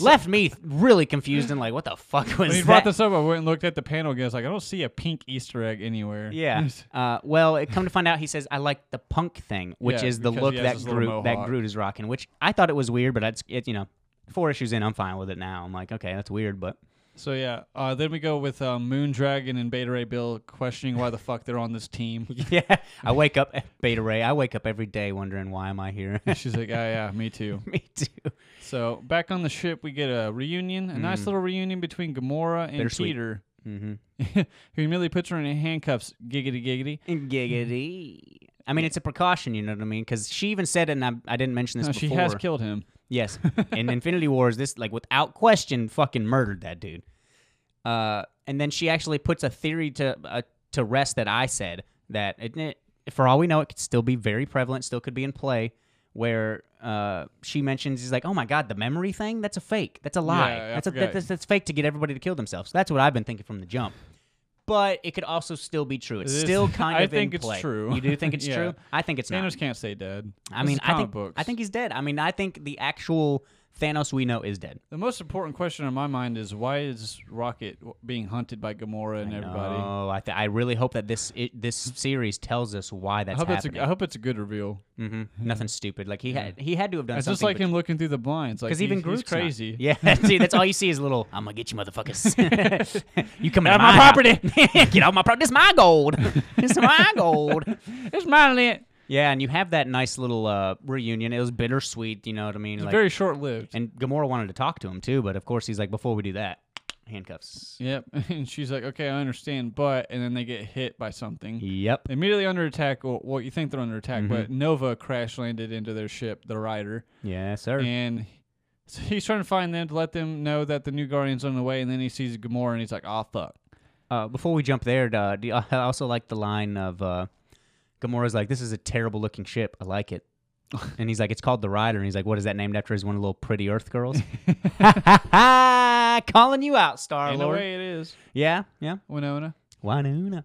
S2: Left me really confused and like, what the fuck was
S1: When he
S2: that?
S1: brought this up, I went and looked at the panel again. I was like, I don't see a pink Easter egg anywhere.
S2: <laughs> yeah. Uh, well, it come to find out, he says I like the punk thing, which
S1: Yeah,
S2: is the
S1: because
S2: look
S1: he has
S2: that
S1: his little
S2: Groot that
S1: mohawk.
S2: Groot is rocking. Which I thought it was weird, but it's it, you know, four issues in, I'm fine with it now. I'm like, okay, that's weird, but
S1: <laughs>
S2: <laughs>
S1: so yeah, uh, then we go with um, Moondragon and Beta Ray Bill questioning why the fuck they're on this team.
S2: <laughs> yeah. I wake up, Beta Ray. I wake up every day wondering why am
S1: <laughs>
S2: I here.
S1: She's like, "Ah, yeah, yeah, <laughs> me
S2: <laughs>
S1: too.
S2: me too.
S1: So back on the ship, we get a reunion, a nice little reunion between Gamora and
S2: Mm. Bittersweet.
S1: Peter,
S2: Mm-hmm.
S1: <laughs> who immediately puts her in handcuffs. Giggity giggity.
S2: Giggity. I mean, it's a precaution, you know what I mean? Because she even said, and I, I didn't mention this
S1: No, she
S2: before.
S1: has killed him. <laughs>
S2: Yes. In Infinity Wars, this, like, without question, fucking murdered that dude. Uh, and then she actually puts a theory to uh, to rest that I said that, it, it, for all we know, it could still be very prevalent, still could be in play, where uh, she mentions, he's like, oh my God, the memory thing? That's a fake. That's a
S1: Yeah,
S2: lie.
S1: I
S2: that's, a,
S1: forgot.
S2: that's, that's fake to get everybody to kill themselves. That's what I've been thinking from the jump. But it could also still be true. It's
S1: It is-
S2: still
S1: <laughs>
S2: kind
S1: I
S2: of in
S1: think it's
S2: play.
S1: true.
S2: You do
S1: <laughs>
S2: think it's
S1: Yeah.
S2: true? I think it's not.
S1: Thanos can't stay dead.
S2: I
S1: This
S2: mean,
S1: is
S2: I
S1: comic
S2: think
S1: books.
S2: I think he's dead. I mean, I think the actual Thanos we know is dead.
S1: The most important question on my mind is why is Rocket w- being hunted by Gamora and everybody?
S2: No, I, th- I really hope that this it, this series tells us why
S1: I
S2: that's
S1: hope it's a,
S2: happening.
S1: I hope it's a good reveal.
S2: hmm Nothing stupid. Like he had he had to have done
S1: It's
S2: something.
S1: just like him looking through the blinds. Like
S2: because
S1: he's,
S2: even
S1: he's
S2: Groot's not-
S1: crazy.
S2: <laughs> Yeah, see, that's all you see is a little. I'm gonna get
S1: <laughs>
S2: you, motherfuckers. <laughs> you come
S1: Out
S2: into
S1: of my
S2: house. <laughs> get off my property. This is my
S1: <laughs>
S2: gold. <laughs> this is my gold.
S1: It's mine lit.
S2: Yeah, and you have that nice little uh, reunion. It was bittersweet. You know what I mean?
S1: It's
S2: Like,
S1: very short lived.
S2: and Gamora wanted to talk to him too, but of course he's like, before we do that, handcuffs.
S1: Yep. <laughs> And she's like, okay, I understand, but and then they get hit by something.
S2: Yep.
S1: Immediately under attack. Well, well, you think they're under attack, but
S2: Mm-hmm.
S1: Nova crash landed into their ship, the Rider,
S2: Yeah, sir.
S1: and. So <laughs> he's trying to find them to let them know that the new Guardian's on the way, and then he sees Gamora and he's like, "Oh fuck!"
S2: Uh, before we jump there, uh, do
S1: <laughs>
S2: you- I also like the line of uh, Gamora's like, "This is a terrible looking ship. I like it." and he's like, it's called The Rider. And he's like, what is that named after? Is one of the little pretty Earth
S1: <laughs>
S2: girls? <laughs> Calling you out, Star
S1: In a
S2: Lord.
S1: way, it is
S2: Yeah, yeah.
S1: Winona.
S2: Wanuna.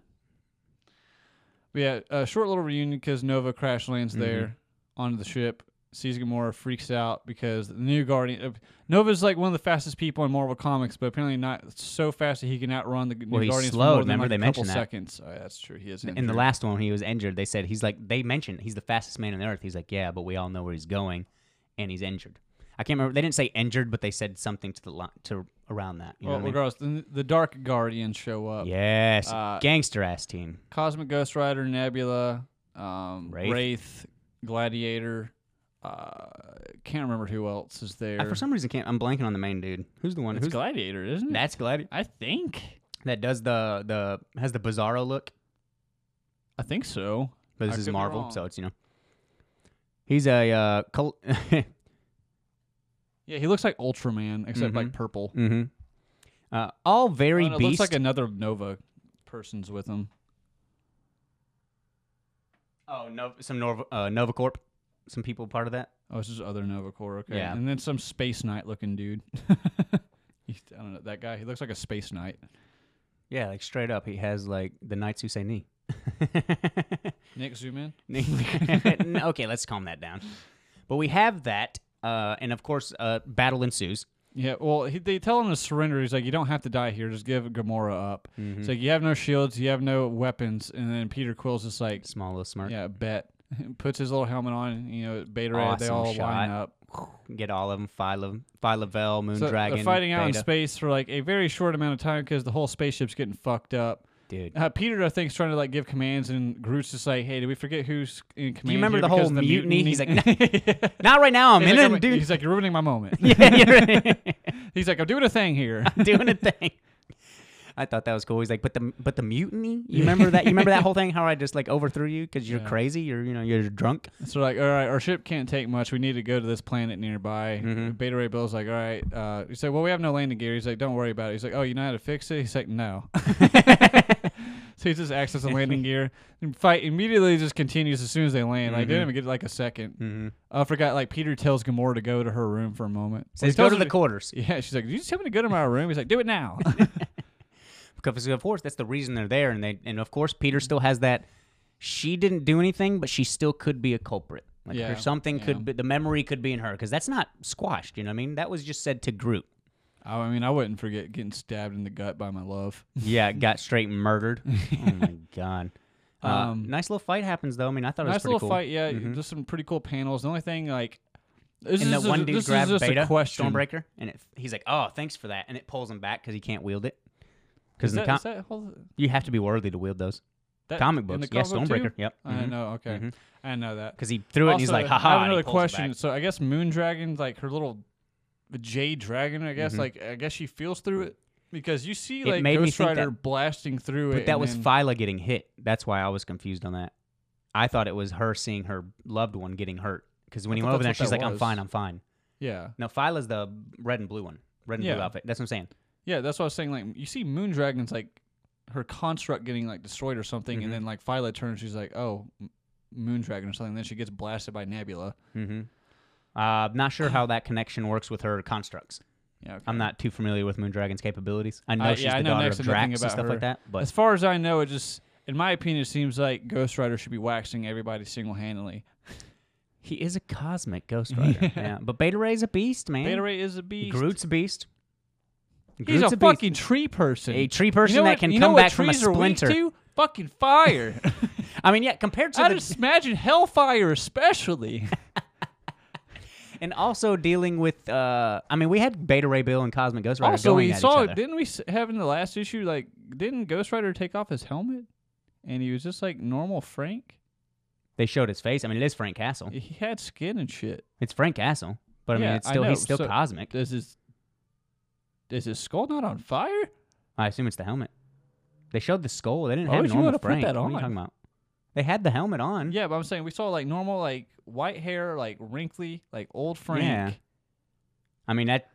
S1: But yeah, a short little reunion because Nova crash lands
S2: Mm-hmm.
S1: there onto the ship. Sees Gamora, freaks out because the new Guardian. Uh, Nova's like one of the fastest people in Marvel Comics, but apparently not so fast that he can outrun the g- new
S2: Well, he's
S1: Guardians for
S2: slowed,
S1: more than
S2: remember
S1: like
S2: they
S1: a couple
S2: mentioned that.
S1: seconds. Oh, yeah, that's true. He is
S2: In the
S1: injured.
S2: last one, when he was injured, they said he's like, they mentioned he's the fastest man on the earth. He's like, yeah, but we all know where he's going, and he's injured. I can't remember. They didn't say injured, but they said something to the li- to around that. You
S1: Well,
S2: know what I mean?
S1: regardless, Oh, the, the Dark Guardians show up.
S2: Yes,
S1: Uh,
S2: gangster ass team.
S1: Cosmic Ghost Rider, Nebula, um, Wraith.
S2: Wraith.
S1: Gladiator. Uh, can't remember who else is there.
S2: I, for some reason, can't. I'm blanking on the main dude. Who's the one?
S1: it's
S2: who's
S1: Gladiator, isn't it?
S2: that's Gladiator.
S1: I think.
S2: That does the the has the Bizarro look,
S1: I think so. I
S2: but this is
S1: could be
S2: Marvel,
S1: wrong.
S2: so it's you know. He's a uh, col- <laughs>
S1: Yeah, he looks like Ultraman, except like purple.
S2: hmm uh, all very
S1: Oh, no, it
S2: beast.
S1: looks like another Nova person's with him.
S2: oh no, some Nova uh, Novacorp, some people part of that.
S1: Oh, it's just other Nova Corps. Okay.
S2: Yeah.
S1: And then some Space Knight looking dude. <laughs> He's- I don't know. That guy, he looks like a Space Knight.
S2: Yeah, like straight up, he has like the Knights Who Say <laughs> Knee.
S1: Nick, zoom
S2: <laughs>
S1: in.
S2: okay, let's calm that down. But we have that, uh, and of course, uh, battle ensues.
S1: <laughs> Yeah, well, he, they tell him to surrender. He's like, you don't have to die here. Just give Gamora up.
S2: Mm-hmm.
S1: It's like, you have no shields, you have no weapons. And then Peter Quill's just like,
S2: Small little smirk.
S1: yeah, bet. <laughs> Puts his little helmet on, you know, Beta Ray, they
S2: Awesome
S1: all line
S2: shot.
S1: up.
S2: Get all of them. Phyla, Phylavel, Moon
S1: So
S2: Dragon.
S1: they're fighting out in
S2: Beta.
S1: space for like a very short amount of time because the whole spaceship's getting fucked up.
S2: Dude.
S1: Uh, Peter, I think, is trying to like give commands, and Groot's just like, "Hey, did we forget who's in command?"
S2: Do you remember
S1: here
S2: the
S1: because
S2: whole
S1: of
S2: mutiny? He's like, "Nah,
S1: <laughs> He's like,
S2: not right now. I'm
S1: "I'm
S2: in it,
S1: like-
S2: dude. <laughs>
S1: He's like, "You're ruining my moment."
S2: yeah, you're right.
S1: He's like, "I'm doing a thing
S2: <laughs>
S1: here."
S2: doing
S1: <laughs>
S2: a thing. I thought that was cool. He's like, but the but the mutiny. You remember that? You remember that whole thing? How I just like overthrew you because you're
S1: Yeah.
S2: crazy. You're you know you're drunk.
S1: so like, all right, our ship can't take much. We need to go to this planet nearby.
S2: Mhm.
S1: Beta Ray Bill's like, all right. Uh, he's like, well, we have no landing gear. He's like, don't worry about it. He's like, oh, you know how to fix it? He's like, no. <laughs> So he just access the landing gear and fight immediately just continues as soon as they land.
S2: Mm-hmm.
S1: Like they didn't even get like a 2nd
S2: Mhm.
S1: I forgot like Peter tells Gamora to go to her room for a moment. Well, he
S2: Says go
S1: tells
S2: to
S1: her
S2: the quarters
S1: <laughs> Yeah, she's like, "Did you just tell me to go to my room?" He's like, "Do it now." <laughs>
S2: because of course that's the reason they're there, and they and of course Peter still has that. She didn't do anything, but she still could be a culprit. Like
S1: Yeah,
S2: or something
S1: yeah.
S2: could be, the memory could be in her because that's not squashed. You know what I mean? That was just said
S1: <laughs>
S2: to Groot.
S1: Oh, I mean, I wouldn't forget getting stabbed in the gut by my love.
S2: Yeah, got
S1: <laughs>
S2: straight murdered. oh my god. Uh,
S1: Um,
S2: nice little fight happens though. I mean, I thought it was
S1: nice
S2: pretty
S1: little
S2: cool.
S1: fight, yeah. Just some pretty cool panels. The only thing like this
S2: Mm-hmm. and
S1: is
S2: that
S1: just
S2: one
S1: a,
S2: dude
S1: this
S2: grabs
S1: is just
S2: Beta
S1: a question.
S2: Stormbreaker, and it, he's like, "Oh, thanks for that," and it pulls him back because he can't wield it.
S1: Is
S2: Because in
S1: that,
S2: the com-
S1: is that whole,
S2: you have to be worthy to wield those
S1: that
S2: comic
S1: in
S2: books.
S1: the
S2: yeah,
S1: comic book too?
S2: Stormbreaker. Yep.
S1: I know. Okay,
S2: Mhm.
S1: I know that.
S2: Because he threw it, and he's
S1: Also,
S2: like,
S1: I
S2: "Ha
S1: have another
S2: ha!"
S1: question. So I guess Moondragon, like her little Jade Dragon, I guess,
S2: Mhm.
S1: like I guess she feels through it because you see
S2: It
S1: like
S2: made me
S1: Ghost
S2: think
S1: Rider
S2: that-
S1: blasting through it.
S2: But that
S1: and
S2: was
S1: then-
S2: Phyla getting hit. That's why I was confused on that. I thought it was her seeing her loved one getting hurt. Because when
S1: I
S2: he
S1: thought
S2: went over there,
S1: that's
S2: she's
S1: what that
S2: like, "I'm
S1: was.
S2: fine, I'm fine."
S1: Yeah,
S2: No, Phyla's the red and blue one, red and blue
S1: Yeah.
S2: outfit. That's what I'm saying.
S1: yeah. That's what I was saying. Like you see Moondragon's like her construct getting like destroyed or something,
S2: Mhm.
S1: and then like Phyla turns, she's like, oh, M- Moondragon or something. then she gets blasted by Nebula.
S2: Mm-hmm. Uh, not sure how that connection works with her constructs.
S1: Yeah, okay.
S2: I'm not too familiar with Moondragon's capabilities. I know
S1: Uh,
S2: she's
S1: yeah, I
S2: the
S1: know
S2: daughter
S1: next
S2: of
S1: to nothing
S2: Drax
S1: about
S2: and stuff
S1: her.
S2: like that,
S1: As
S2: but
S1: far as I know, it just, in my opinion, it seems like Ghost Rider should be waxing everybody single handedly.
S2: he is
S1: <laughs>
S2: a cosmic Ghost Rider. yeah. but Beta Ray's a beast, man.
S1: Beta Ray is a beast.
S2: Groot's a beast.
S1: He's
S2: Groot's
S1: a,
S2: beast.
S1: fucking tree person.
S2: a tree person
S1: you know
S2: that
S1: what-
S2: can
S1: you know
S2: come
S1: what
S2: back from a
S1: trees are weak
S2: splinter.
S1: to? Fucking
S2: <laughs>
S1: fire.
S2: I mean, yeah, compared to
S1: I
S2: the,
S1: just imagine hellfire,
S2: <laughs>
S1: especially.
S2: and also dealing with. Uh, I mean, we had Beta Ray Bill and Cosmic Ghost Rider
S1: also,
S2: going
S1: we
S2: at
S1: saw
S2: each other.
S1: didn't we s- have in the last issue like didn't Ghost Rider take off his helmet and he was just like normal Frank?
S2: They showed his face. I mean, it is Frank Castle.
S1: He had skin and shit.
S2: It's Frank Castle, Oh. but I mean,
S1: Yeah,
S2: it's
S1: I
S2: still he's
S1: know,
S2: still
S1: so-
S2: cosmic.
S1: Does his is his skull not on fire?
S2: I assume it's the helmet. They showed the skull. They didn't
S1: Why
S2: have
S1: would Oh, you
S2: normal
S1: wanna put
S2: Frank.
S1: that
S2: What are you
S1: on?
S2: talking about? They had the helmet on.
S1: Yeah, but I'm saying we saw like normal like white hair, like wrinkly, like old Frank.
S2: Yeah. I mean that.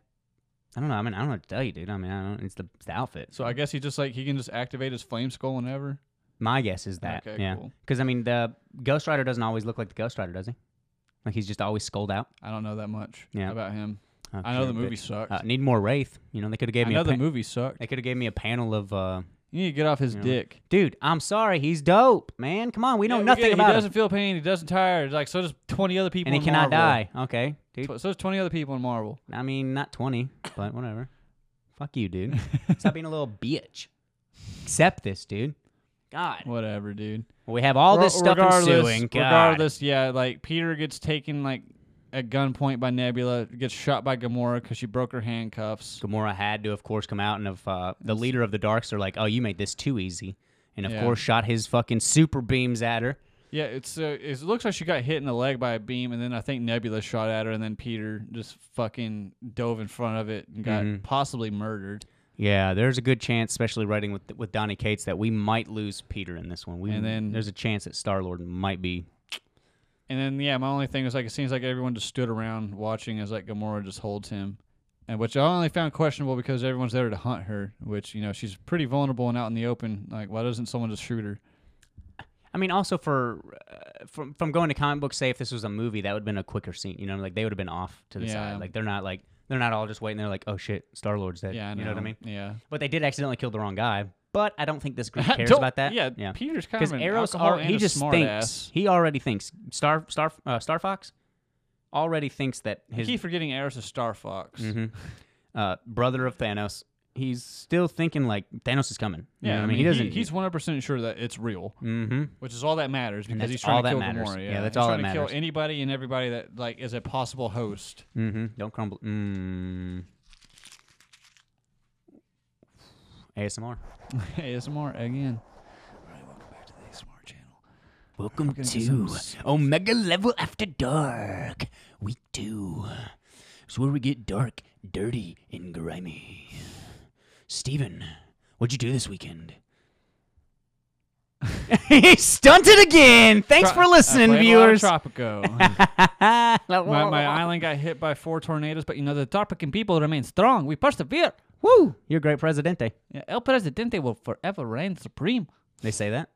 S2: I don't know. I mean, I don't know what to tell you, dude. I mean, I don't. It's the, it's the outfit.
S1: So I guess he just like he can just activate his flame skull whenever.
S2: My guess is that.
S1: Okay,
S2: yeah.
S1: cool.
S2: Because I mean, the Ghost Rider doesn't always look like the Ghost Rider, does he? Like he's just always scolded out.
S1: I don't know that much
S2: Yeah.
S1: about him.
S2: Oh,
S1: I know
S2: sure,
S1: the movie
S2: bitch.
S1: sucked.
S2: Uh, need more Wraith. You know they could have gave
S1: I
S2: me.
S1: know
S2: a pa-
S1: the movie sucked.
S2: They could have gave me a panel of. uh
S1: You need to get off his dick.
S2: Dude, I'm sorry. He's dope, man. Come on, we know
S1: Yeah, we
S2: nothing
S1: get it.
S2: about
S1: He
S2: him.
S1: doesn't feel pain. He doesn't tire. Like so does twenty other people.
S2: and he
S1: in
S2: cannot
S1: Marvel.
S2: die. Okay, dude.
S1: Tw- So does twenty other people in Marvel.
S2: I mean, not 20, but whatever. Fuck
S1: <laughs>
S2: you, dude. Stop being a little bitch. Accept this, dude. God.
S1: Whatever, dude.
S2: We have all this
S1: Re-
S2: stuff
S1: regardless,
S2: ensuing. God.
S1: Regardless, yeah, like Peter gets taken like at gunpoint by Nebula, gets shot by Gamora because she broke her handcuffs.
S2: Gamora had to, of course, come out and if uh, the leader of the Darks are like, "Oh, you made this too easy," and of
S1: Yeah.
S2: course shot his fucking super beams at her.
S1: Yeah, it's uh, it's- it looks like she got hit in the leg by a beam, and then I think Nebula shot at her, and then Peter just fucking dove in front of it and got
S2: Mm-hmm.
S1: possibly murdered.
S2: Yeah, there's a good chance, especially writing with with Donny Cates, that we might lose Peter in this one. We,
S1: And then-
S2: there's a chance that Star Lord might be.
S1: And then yeah, my only thing was like it seems like everyone just stood around watching as like Gamora just holds him, and which I only found questionable because everyone's there to hunt her, which you know she's pretty vulnerable and out in the open. Like why doesn't someone just shoot her?
S2: I mean, also for uh, from from going to comic books, say if this was a movie, that would have been a quicker scene. You know, like they would have been off to the
S1: Yeah.
S2: side. Like they're not like they're not all just waiting. They're like, oh shit, Star Lord's dead.
S1: Yeah, I
S2: you know what I mean.
S1: Yeah,
S2: But they did accidentally kill the wrong guy. But I don't think this
S1: <laughs>
S2: group cares
S1: Don't-
S2: about that.
S1: Yeah, Peter's kind
S2: because
S1: of an
S2: Eros
S1: alcohol
S2: al-
S1: and
S2: he
S1: a
S2: just
S1: smart
S2: thinks
S1: ass.
S2: he already thinks Star Star uh, Star Fox already thinks that
S1: I
S2: his
S1: keep forgetting Eros is Star Fox.
S2: Mhm.
S1: Mm-hmm.
S2: <laughs> uh, brother of Thanos. He's still thinking like Thanos is coming. You
S1: Yeah,
S2: know what
S1: I mean,
S2: he doesn't.
S1: he's one hundred percent sure that it's real,
S2: hmm
S1: which is all that matters because
S2: that's
S1: he's trying
S2: all
S1: to
S2: that
S1: kill
S2: matters.
S1: Gamora.
S2: Yeah, that's
S1: he's
S2: all
S1: trying
S2: that
S1: to
S2: matters.
S1: kill anybody and everybody that like is a possible host.
S2: hmm Don't crumble. Mm. ASMR.
S1: ASMR again. All right, welcome back to the ASMR channel.
S2: Welcome
S1: gonna get some s-
S2: Omega Level After Dark, Week Two. It's where we get dark, dirty, and grimy. Steven, what'd you do this weekend? <laughs> he stunted again. Thanks
S1: Tro-
S2: for
S1: I
S2: listening,
S1: played a lot of
S2: viewers. <laughs>
S1: Tropico. my, my island got hit by four tornadoes, but you know the Tropican people remain strong. We persevere.
S2: Woo! You're a great presidente.
S1: Yeah, El Presidente will forever reign supreme.
S2: They say <laughs> that.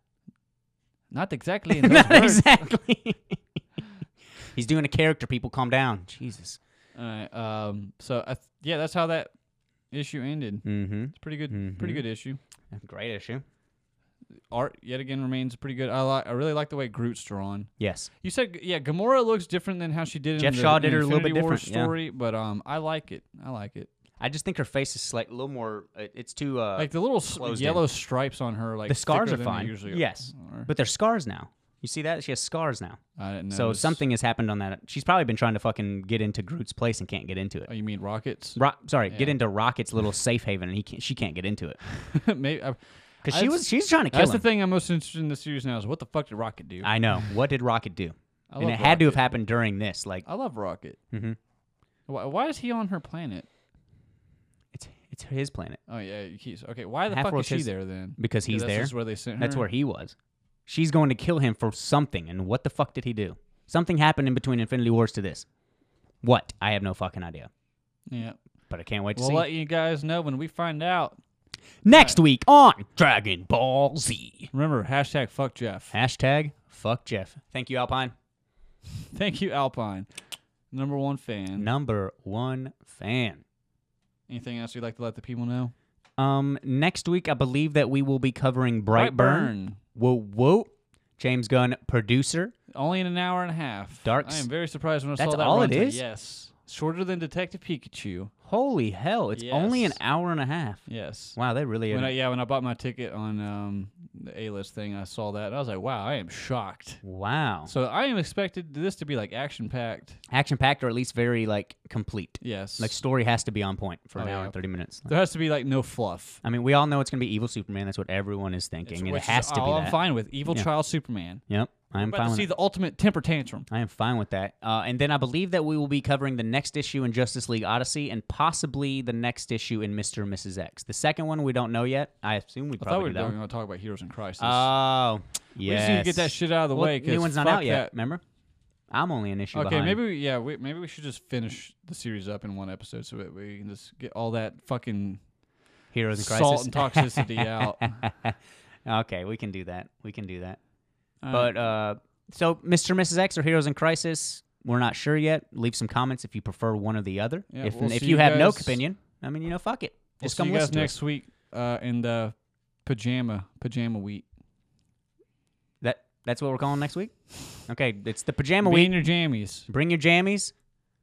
S1: Not exactly
S2: <laughs>
S1: in those
S2: Not
S1: words.
S2: exactly. <laughs> He's doing a character. People, calm down. Jesus.
S1: All right. Um. So I th- yeah, that's how that issue ended.
S2: Mm-hmm.
S1: It's pretty good. Pretty
S2: Mhm.
S1: good issue.
S2: Great issue.
S1: Art yet again remains pretty good. I like. I really like the way Groot's drawn.
S2: Yes.
S1: You said yeah, Gamora looks different than how she did.
S2: Jeff
S1: in the,
S2: Shaw
S1: in
S2: did
S1: the
S2: her a little bit
S1: Infinity War
S2: different, yeah.
S1: story, but um, I like it. I like it.
S2: I just think her face is slight, a little more. uh, It's too. Uh,
S1: Like the little s-
S2: closed in.
S1: yellow stripes on her, like
S2: the scars
S1: thicker
S2: are
S1: than they
S2: fine.
S1: Usually,
S2: yes,
S1: are.
S2: but they're scars now. You see that she has scars now.
S1: I didn't know.
S2: so something has happened on that. She's probably been trying to fucking get into Groot's place and can't get into it.
S1: Oh, you mean rockets?
S2: Ro- sorry, get into Rocket's little safe haven, and he can't, she can't get into it
S1: <laughs> Maybe. I,
S2: because she
S1: That's-
S2: was she's trying to kill
S1: uh, that's
S2: him.
S1: the thing I'm most interested in this series now is what the fuck did Rocket do?
S2: I know. What did Rocket do?
S1: I
S2: and it
S1: love
S2: had to have happened during this. Like
S1: I love Rocket.
S2: Mhm.
S1: Why, why is he on her planet?
S2: it's it's his planet
S1: Oh yeah, you keep, okay. Why the
S2: Half
S1: fuck is
S2: World's
S1: she
S2: his-
S1: there then?
S2: because he's
S1: that's
S2: there.
S1: just where they sent her.
S2: That's where he was. She's going to kill him for something, and what the fuck did he do? Something happened in between Infinity Wars to this. What? I have no fucking idea.
S1: Yeah.
S2: But I can't wait to
S1: We'll
S2: see.
S1: let you guys know when we find out.
S2: Next week on Dragon Ball Z.
S1: Remember, hashtag fuck Jeff.
S2: Hashtag fuck Jeff. Thank you, Alpine.
S1: <laughs> Thank you, Alpine. Number one fan.
S2: Number one fan.
S1: Anything else you'd like to let the people know?
S2: Um, next week I believe that we will be covering Brightburn.
S1: Brightburn.
S2: Whoa, whoa. James Gunn, producer.
S1: Only in an hour and a half.
S2: Darks.
S1: I am very surprised when I
S2: That's
S1: saw that.
S2: all it
S1: runtime.
S2: is?
S1: Yes. Shorter than Detective Pikachu.
S2: Holy hell! It's only an
S1: Yes.
S2: hour and a half.
S1: Yes.
S2: Wow, they really.
S1: When
S2: are-
S1: I, yeah, when I bought my ticket on um, the A list thing, I saw that. and I was like, wow, I am shocked.
S2: wow.
S1: So I am expected this to be like action packed.
S2: Action packed, or at least very like complete.
S1: Yes.
S2: Like story has to be on point for an
S1: Oh,
S2: hour
S1: yeah.
S2: and thirty minutes.
S1: there has to be like no fluff.
S2: I mean, we all know it's gonna be evil Superman. That's what everyone is thinking. and it
S1: which
S2: has
S1: is
S2: to be
S1: all I'm
S2: that.
S1: fine with. Evil
S2: Yeah.
S1: Child Superman.
S2: Yep, I'm
S1: About
S2: fine.
S1: to
S2: With
S1: see
S2: it.
S1: the ultimate temper tantrum.
S2: I am fine with that. Uh, and then I believe that we will be covering the next issue in Justice League Odyssey, and possibly the next issue in Mister and Mrs X. The second one we don't know yet. I assume we
S1: I thought
S2: probably
S1: we were
S2: do that.
S1: going to talk about Heroes in Crisis.
S2: one. Oh,
S1: we
S2: yes.
S1: just need to get that shit out of the
S2: Well,
S1: way. 'cause
S2: new one's not
S1: fuck
S2: out yet.
S1: that.
S2: Remember, I'm only an issue
S1: Okay,
S2: behind.
S1: maybe we, yeah, we, maybe we should just finish the series up in one episode so that we can just get all that fucking
S2: Heroes in Crisis.
S1: salt and
S2: <laughs>
S1: toxicity out.
S2: okay, we can do that. We can do that. But uh, so Mr. and Mrs. X or Heroes in Crisis, We're not sure yet. Leave some comments if you prefer one or the other.
S1: Yeah,
S2: if
S1: we'll
S2: if
S1: see
S2: you,
S1: you
S2: have no
S1: guys-
S2: opinion, I mean, you know, fuck it.
S1: We'll
S2: Just
S1: see
S2: come
S1: you guys
S2: listen to
S1: next
S2: us.
S1: week uh, in the pajama pajama week.
S2: That that's what we're calling next week. Okay, it's the pajama
S1: Be
S2: week.
S1: in your jammies.
S2: Bring your jammies.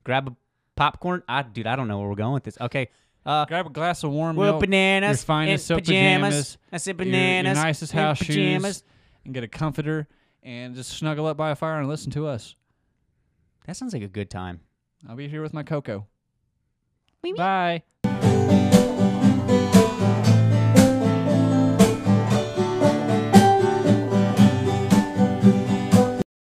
S2: Grab a popcorn. I dude, I don't know where we're going with this. Okay. Uh,
S1: Grab a glass of warm
S2: Well,
S1: milk.
S2: bananas
S1: Your finest
S2: and
S1: silk pajamas.
S2: pajamas. I said
S1: your-
S2: bananas
S1: Your nicest
S2: and
S1: house
S2: pajamas.
S1: shoes. And get a comforter and just snuggle up by a fire and listen to us.
S2: that sounds like a good time.
S1: I'll be here with my cocoa. Bye.